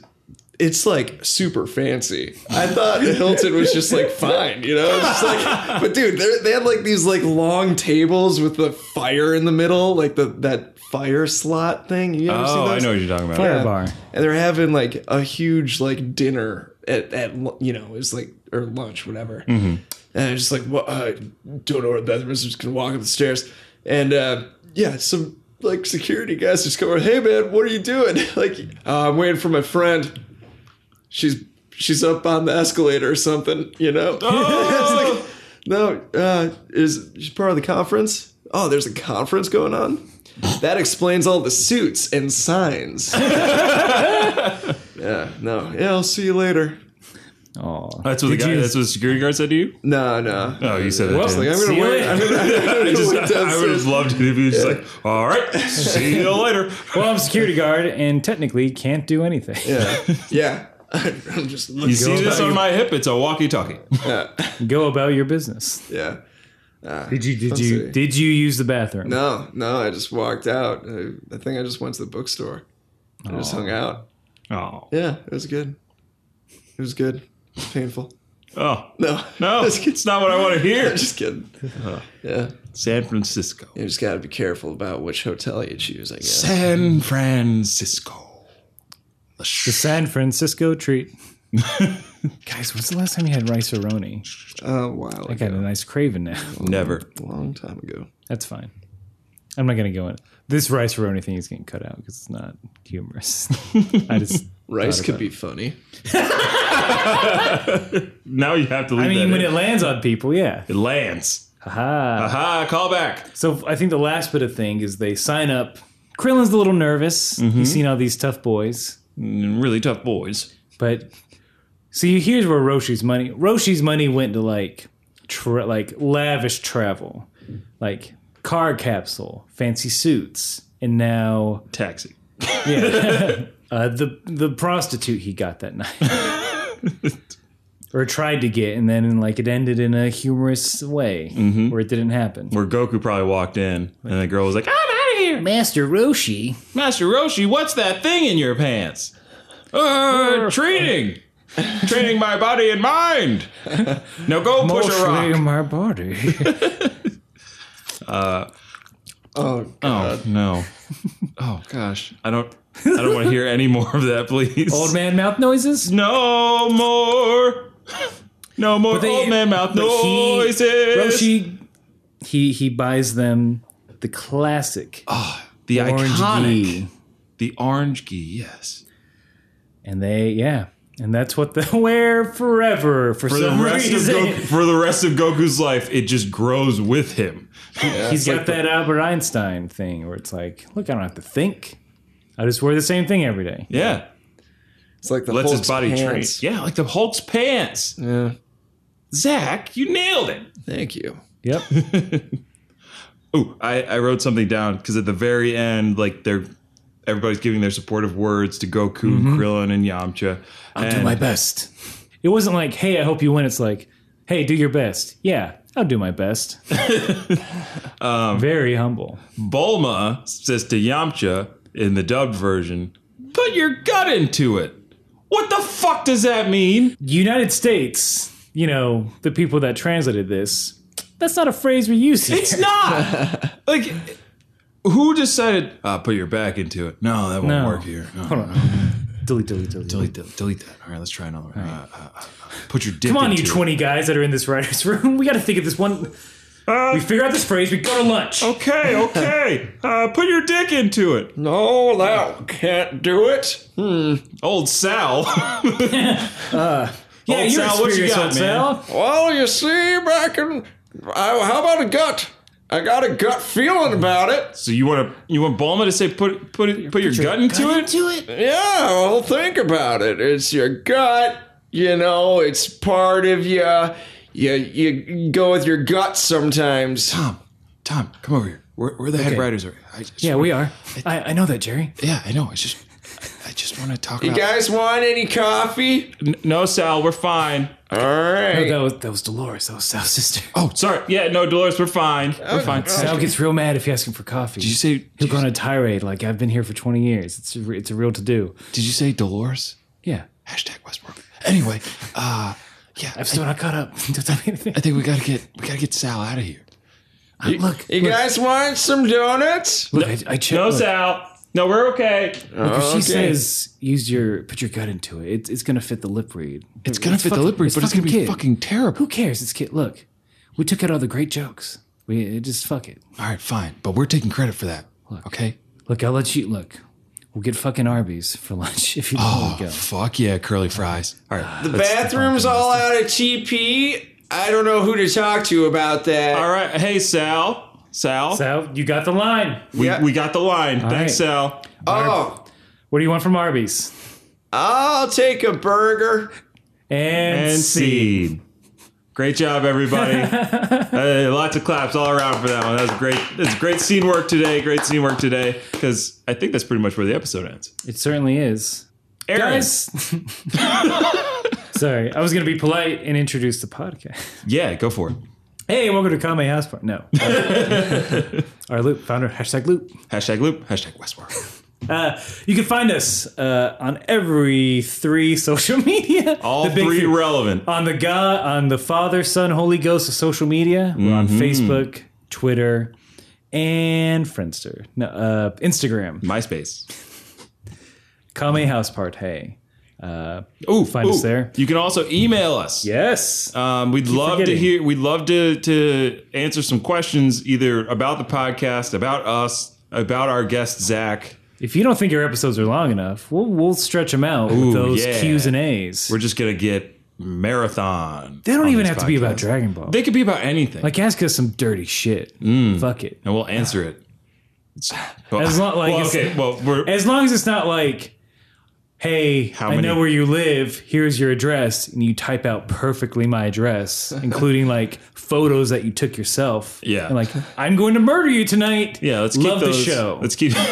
C: it's like super fancy. I thought the Hilton was just like fine, you know. It's just like, but dude, they're- they had like these like long tables with the fire in the middle, like the that fire slot thing. You ever
B: Oh,
C: see
B: I
C: those?
B: know what you're talking about.
A: Fire
C: Yeah.
A: bar.
C: And they're having like a huge like dinner at, at lu- you know, it's like or lunch, whatever. And I'm just like, well, I don't know where the bathroom is. I'm just gonna walk up the stairs. And uh, yeah, some like security guys just go, hey man, what are you doing? Like, uh, I'm waiting for my friend. She's she's up on the escalator or something, you know. It's like, no, uh, is she's part of the conference? Oh, there's a conference going on. That explains all the suits and signs. yeah, no. Yeah, I'll see you later.
A: Oh.
B: That's what the
A: Did
B: guy.
A: you-
B: That's what the security guard said to you.
C: No, no.
B: Oh, you said that.
A: Well,
B: to him.
C: Like, I'm gonna
A: See you
C: wait.
A: later.
C: I'm gonna,
B: I, just,
C: Went downstairs.
B: I would have loved it if you were just like, all right, see you later.
A: Well, I'm a security guard and technically can't do anything.
C: yeah, yeah. I'm just
B: You
C: looking.
B: see this
A: back.
B: on my hip? It's a walkie-talkie.
C: Yeah,
A: Go about your business.
C: yeah.
A: Did you did you
C: see.
A: did you use the bathroom?
C: No, no, I just walked out. I, I think I just went to the bookstore. I just hung out.
B: Oh.
C: Yeah, it was good. It was good. It was painful.
B: Oh.
C: No,
B: No, Uh-huh. it's not what I want to hear.
C: just kidding. Yeah,
B: San Francisco.
C: you just got to be careful about which hotel you choose. I guess.
B: San Francisco.
A: The San Francisco treat. Guys, when's the last time you had rice aroni?
C: Oh wow,
A: I got a nice craving now.
B: Never.
C: a long time ago.
A: That's fine. I'm not gonna go in. This rice aroni thing is getting cut out because it's not humorous. I just
C: Rice
A: Thought
C: could
A: about
C: be funny.
B: Now you have to leave.
A: I mean,
B: that
A: when
B: in.
A: it lands on people, yeah.
B: It lands.
A: Haha.
B: Aha, call back.
A: So I think the last bit of thing is they sign up. Krillin's a little nervous. He's seen all these tough boys,
B: Really tough boys.
A: but see, here's where Roshi's money. Roshi's money went to like, tra- like lavish travel, like car capsule, fancy suits, and now
B: Taxi.
A: uh, the the prostitute he got that night. Or tried to get, and then like it ended in a humorous way, where it didn't happen.
B: Where Goku probably walked in and the girl was like, I'm out of here.
A: Master Roshi,
B: Master Roshi, what's that thing in your pants? Uh, training. training my body and mind. Now go push a rock.
A: my body.
C: Oh,
B: Oh, no. Oh, gosh. I don't. I don't want to hear any more of that, please.
A: Old man mouth noises?
B: No more. No more
A: they-
B: old man mouth
A: but he-
B: noises.
A: Roshi, he he buys them the classic
B: the
A: orange
B: Oh, iconic,
A: gi,
B: the orange gi. Yes,
A: and they yeah, and that's what they wear forever for,
B: for the
A: some
B: rest of
A: reason.
B: Goku, for the rest of Goku's life, it just grows with him.
A: He's got that Albert Einstein thing where it's like, look, I don't have to think. I just wear the same thing every day.
B: Yeah,
C: it's like the
B: lets
C: Hulk's
B: his body
C: pants.
B: train. Yeah, like the Hulk's pants.
C: Yeah,
B: Zach, you nailed it.
C: thank you.
A: Yep.
B: Oh, I, I wrote something down because at the very end, like they're everybody's giving their supportive words to Goku and Krillin and Yamcha. I'll do my best.
A: It wasn't like, hey, I hope you win. It's like, hey, do your best. Yeah, I'll do my best.
B: Um,
A: Very humble.
B: Bulma says to Yamcha in the dubbed version, "Put your gut into it." What the fuck does that mean?
A: United States, you know, the people that translated this, that's not a phrase we use here.
B: It's not like who decided. Uh, put your back into it. No, that won't
A: No.
B: work here. No,
A: delete, delete, delete.
B: delete that. Delete that. All right, let's try another. one. Uh, uh, uh, put your dick.
A: Come on,
B: into
A: you
B: it.
A: 20 guys that are in this writer's room. We got to think of this one.
B: Uh,
A: we figure out this phrase, we go to lunch.
B: Okay, okay. Uh, put your dick into it.
C: No, that can't do it.
B: Old Sal.
A: yeah,
B: old
A: your
B: oh, Sal, what you
A: experience,
B: got,
A: old Sal.
C: Well, you see, back in, I, how about a gut? I got a gut feeling about it.
B: so you want to you want Bulma to say put put it, put your gut into it?
C: Yeah, well, think about it. It's your gut. You know, it's part of you. You you go with your gut sometimes.
B: Tom, Tom, come over here. We're, we're the head writers. Are. I just
A: Yeah,
B: wanna-
A: we are. I, I know that, Jerry.
B: Yeah, I know. I just I just want to talk
C: You
B: about.
C: guys want any coffee?
B: no, Sal, we're fine.
C: All right.
A: That was, that was Dolores. That was Sal's sister.
B: Oh, sorry. Yeah, no, Dolores, we're fine. We're fine.
A: Sal gets real mad if you ask him for coffee.
B: Did you say? Did
A: He'll
B: you,
A: go on a tirade like, I've been here for 20 years. It's a, re- it's a real to do.
B: did you say Dolores?
A: Yeah.
B: Hashtag Westworld. Anyway, uh, yeah, I,
A: I'm still not caught up. Don't tell me anything.
B: I think we gotta get we gotta get Sal out of here.
A: Look,
C: You guys want some donuts?
A: look, I, I checked. look.
B: Oh, Sal. No, we're okay.
A: If she
C: okay.
A: says use your put your gut into it, it's, it's gonna fit the lip read.
B: It's gonna fit the
A: fucking-
B: lip read,
A: it's
B: but it's gonna be
A: fucking kid.
B: fucking terrible.
A: Who cares? It's kid. Look, we took out all the great jokes. We it just fuck it.
B: All right, fine, but we're taking credit for that. Okay.
A: Look, I'll let you look. We'll get fucking Arby's for lunch if you don't want to go.
B: Fuck yeah, curly fries. All right.
C: The bathroom's all out of TP. I don't know who to talk to about that.
B: all right. Hey, Sal. Sal.
A: So you got the line.
B: We,
C: Yeah.
B: we got the line. Thanks,
A: right.
B: Sal.
C: Oh,
A: What do you want from Arby's?
C: I'll take a burger.
A: And,
B: and
A: see.
B: seed. Great job, everybody! Hey, lots of claps all around for that one. That was great. It's great scene work today. Great scene work today. Because I think that's pretty much where the episode ends.
A: It certainly is.
B: Aaron,
A: Guys. Sorry, I was gonna be polite and introduce the podcast.
B: yeah, go for it.
A: Hey, welcome to Kame House Party. No. our loop founder, hashtag loop.
B: Hashtag loop, hashtag Westworld.
A: Uh, you can find us uh, on every three social media.
B: All
A: The big
B: three relevant.
A: on the God, on the Father, Son, Holy Ghost of social media. We're on
B: Mm-hmm.
A: Facebook, Twitter, and Friendster, no, uh, Instagram.
B: MySpace.
A: Kame House Party. Uh,
B: Ooh,
A: Find us
B: ooh.
A: there.
B: You can also email us.
A: yes.
B: Um, we'd love
A: forgetting.
B: to hear. We'd love to to answer some questions either about the podcast, about us, about our guest Zach.
A: if you don't think your episodes are long enough, we'll we'll stretch them out with those
B: yeah.
A: Q's and A's.
B: We're just gonna get marathon.
A: they don't
B: on
A: even
B: this
A: have to be
B: podcast.
A: about Dragon Ball.
B: They Mm. could be about anything.
A: like ask us some dirty shit. Fuck it.
B: and we'll answer it. It's- well,
A: As long- like,
B: well,
A: it's-
B: okay, well, we're,
A: As long as it's not like, hey,
B: How
A: I
B: many-
A: know where you live. Here's your address, and you type out perfectly my address, including like photos that you took yourself.
B: Yeah.
A: and like I'm going to murder you tonight.
B: yeah, let's keep
A: love
B: those,
A: the show.
B: Let's keep.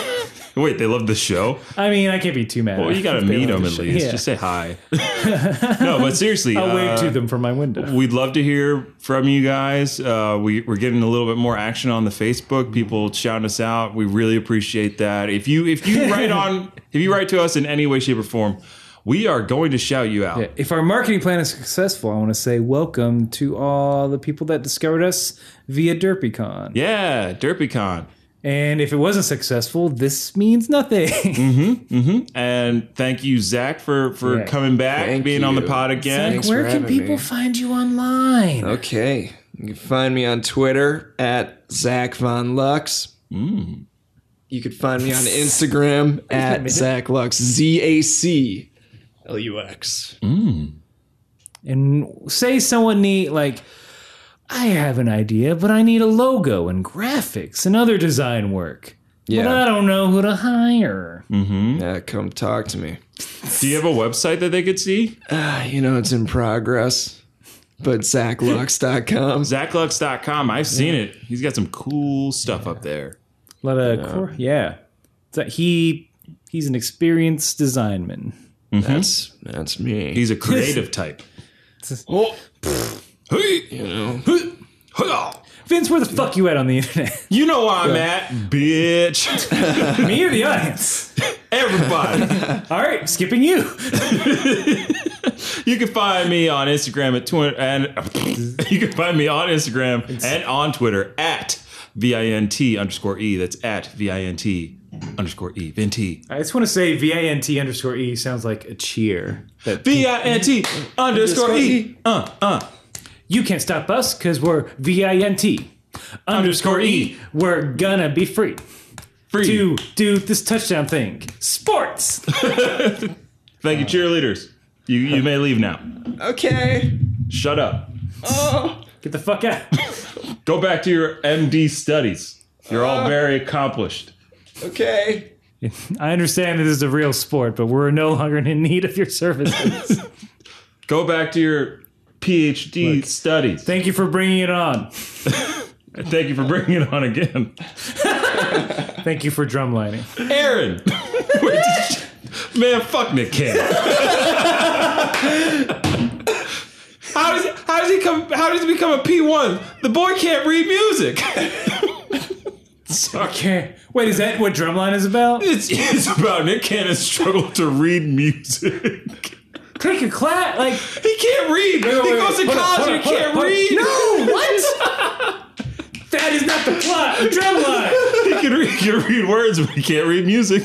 B: wait, they love the show.
A: I mean, I can't be too mad.
B: Well, you got to
A: if they
B: meet them
A: love the
B: at
A: show.
B: least.
A: Yeah.
B: Just say hi. no, but seriously,
A: I'll wave
B: uh,
A: to them from my window.
B: We'd love to hear from you guys. Uh, we, we're getting a little bit more action on the Facebook. People shouting us out. We really appreciate that. If you if you write on if you write to us in any way, shape, or form, we are going to shout you out.
A: If our marketing plan is successful, I want to say welcome to all the people that discovered us via DerpyCon.
B: Yeah, DerpyCon.
A: And if it wasn't successful, this means nothing.
C: Mm-hmm.
B: And thank you, Zach, for for
A: Yeah.
B: coming back,
C: Thank
B: being on the
C: you.
B: pod again.
A: Like, where
C: for
A: can
C: having
A: people
C: me.
A: find you online?
C: Okay. You can find me on Twitter at Zach Von Lux. You can find me on Instagram at Zach Lux. Z A C L U X.
A: And say someone need like, I have an idea, but I need a logo and graphics and other design work. But I
C: Yeah. Mm.
A: don't know who to hire.
C: yeah. Come talk to me.
B: Do you have a website that they could see?
C: Ah, you know, it's in progress, but ZachLux.com.
B: ZachLux.com. I've seen it. He's got some cool stuff up there.
A: A lot of uh, cor- yeah. So he he's an experienced design man.
C: That's, that's me.
B: He's a creative type.
C: oh,
B: Hey,
C: you know.
B: hey, hello.
A: Vince, where the fuck you at on the internet?
B: You know where I'm at, bitch.
A: Me or the audience?
B: Everybody.
A: All right, skipping you.
B: You can find me on Instagram at Twitter and you can find me on Instagram and on Twitter at VINT underscore E. That's at VINT underscore E. Vinti.
A: I just want to say V I N T underscore E sounds like a cheer. That
B: VINT underscore E. Uh, uh.
A: you can't stop us because we're V I N T
B: Underscore E.
A: We're gonna be free.
B: Free.
A: to do this touchdown thing. Sports.
B: Thank you, cheerleaders. You, you may leave now.
C: Okay.
B: Shut up.
A: Get the fuck out.
B: Go back to your MD studies. You're all very accomplished.
C: Okay.
A: I understand that this is a real sport, but we're no longer in need of your services.
B: Go back to your PhD studies.
A: Thank you for bringing it on.
B: Thank you for bringing it on again.
A: Thank you for drumlining.
B: Aaron. Wait, did you- man, fuck Nick Cannon. how does how does he come how does he become a P1? The boy can't read music. Sorry.
A: Okay. Wait, is that what drumline is about?
B: It's, it's about Nick Cannon's struggle to read music.
A: Click a clap. Like,
B: He can't read. he
A: wait,
B: goes to
A: wait. Hold on,
B: college
A: hold
B: and
A: on,
B: can't
A: hold on, hold on.
B: read.
A: No, what? that is not the plot of drumline.
B: he can read, he can read words, but he can't read music.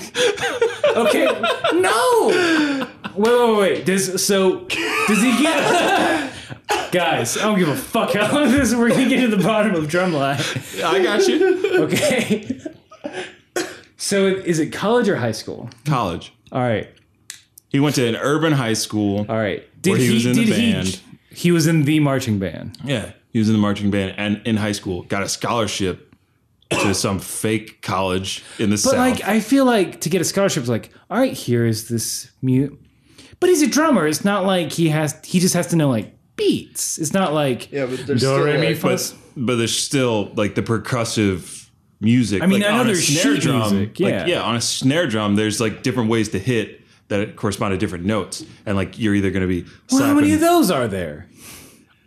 A: Okay. No. Wait, wait, wait. Does so? Does he get? Guys, I don't give a fuck how long this. We're gonna get to the bottom of drumline.
B: I got you.
A: Okay. So is it college or high school?
B: College.
A: All right.
B: He went to an urban high school.
A: All right. Did
B: he was in the band.
A: He, he was in the marching band.
B: Yeah, he was in the marching band and in high school got a scholarship to some fake college in the
A: But
B: south.
A: like, I feel like to get a scholarship is like, all right, here is this mute. But he's a drummer. It's not like he has. He just has to know like beats. It's not like
C: Yeah, but there's
A: do
C: still,
A: re mi
C: like-
A: fa.
B: but but there's still like the percussive music. I
A: mean,
B: like,
A: I know
B: on a
A: there's
B: snare
A: sheet
B: drum.
A: music, yeah.
B: Like, yeah, on a snare drum, there's like different ways to hit that correspond to different notes, and like you're either going to be
A: Well, how many
B: slapping-
A: of those are there?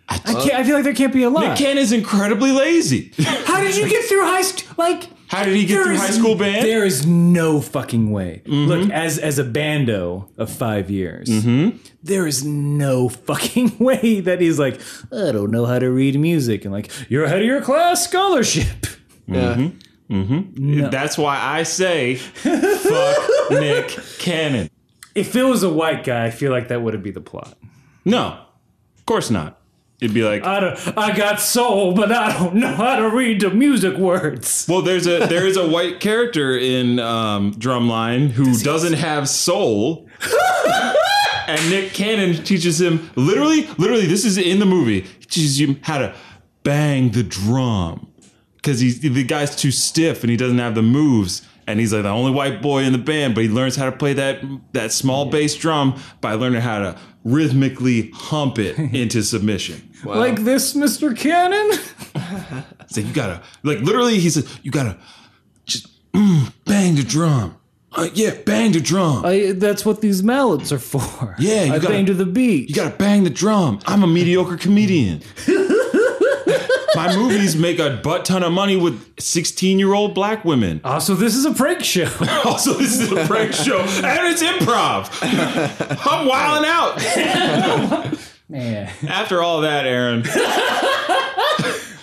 A: I, can't, I feel like there can't be a lot.
B: Ken is incredibly lazy.
A: How did you get through high school? Like,
B: How did he get
A: there
B: through
A: is-
B: high school band? Mm-hmm.
A: There is no fucking way. Look, as as a bando of five years,
B: Mm-hmm.
A: there is no fucking way that he's like, I don't know how to read music, and like, you're ahead of your class scholarship.
C: Yeah.
B: That's why I say, fuck Nick Cannon.
A: If it was a white guy, I feel like that would have been the plot.
B: No, of course not. It'd be like,
A: I don't, I got soul, but I don't know how to read the music words.
B: well, there's a there is a white character in um, Drumline who doesn't have soul. And Nick Cannon teaches him literally, literally, this is in the movie. He teaches him how to bang the drum. because he's the guy's too stiff and he doesn't have the moves. And he's like the only white boy in the band, but he learns how to play that that small bass drum by learning how to rhythmically hump it into submission.
A: Like this, Mr. Cannon?
B: It's like you gotta like literally he says you gotta just mm, bang the drum. Uh, yeah, bang the drum.
A: I, that's what these mallets are for.
B: Yeah, you
A: I
B: gotta-
A: bang to the beat.
B: You gotta bang the drum. I'm a mediocre comedian. My movies make a butt ton of money with 16 year old black women.
A: also, Oh, this is a prank show.
B: Also, this is a prank show, and it's improv. I'm wilding out.
A: Man.
B: After all that, Aaron,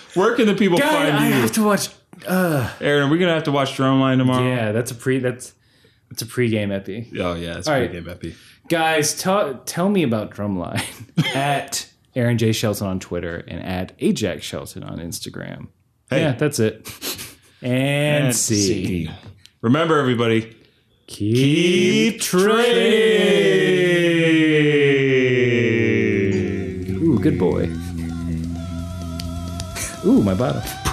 B: where can the people
A: God,
B: find
A: I
B: you?
A: have to watch.
B: Aaron, we're gonna have to watch Drumline tomorrow.
A: Yeah, that's a pre. That's that's a pregame epi.
B: Oh yeah, it's
A: All
B: pretty
A: right.
B: good, Epi.
A: Guys, tell tell me about Drumline at Aaron J Shelton on Twitter and at Ajax Shelton on Instagram.
B: Hey.
A: Yeah, that's it. And, see.
B: Remember, everybody,
A: Keep,
B: keep trading.
A: Ooh, good boy. Ooh, my bottom.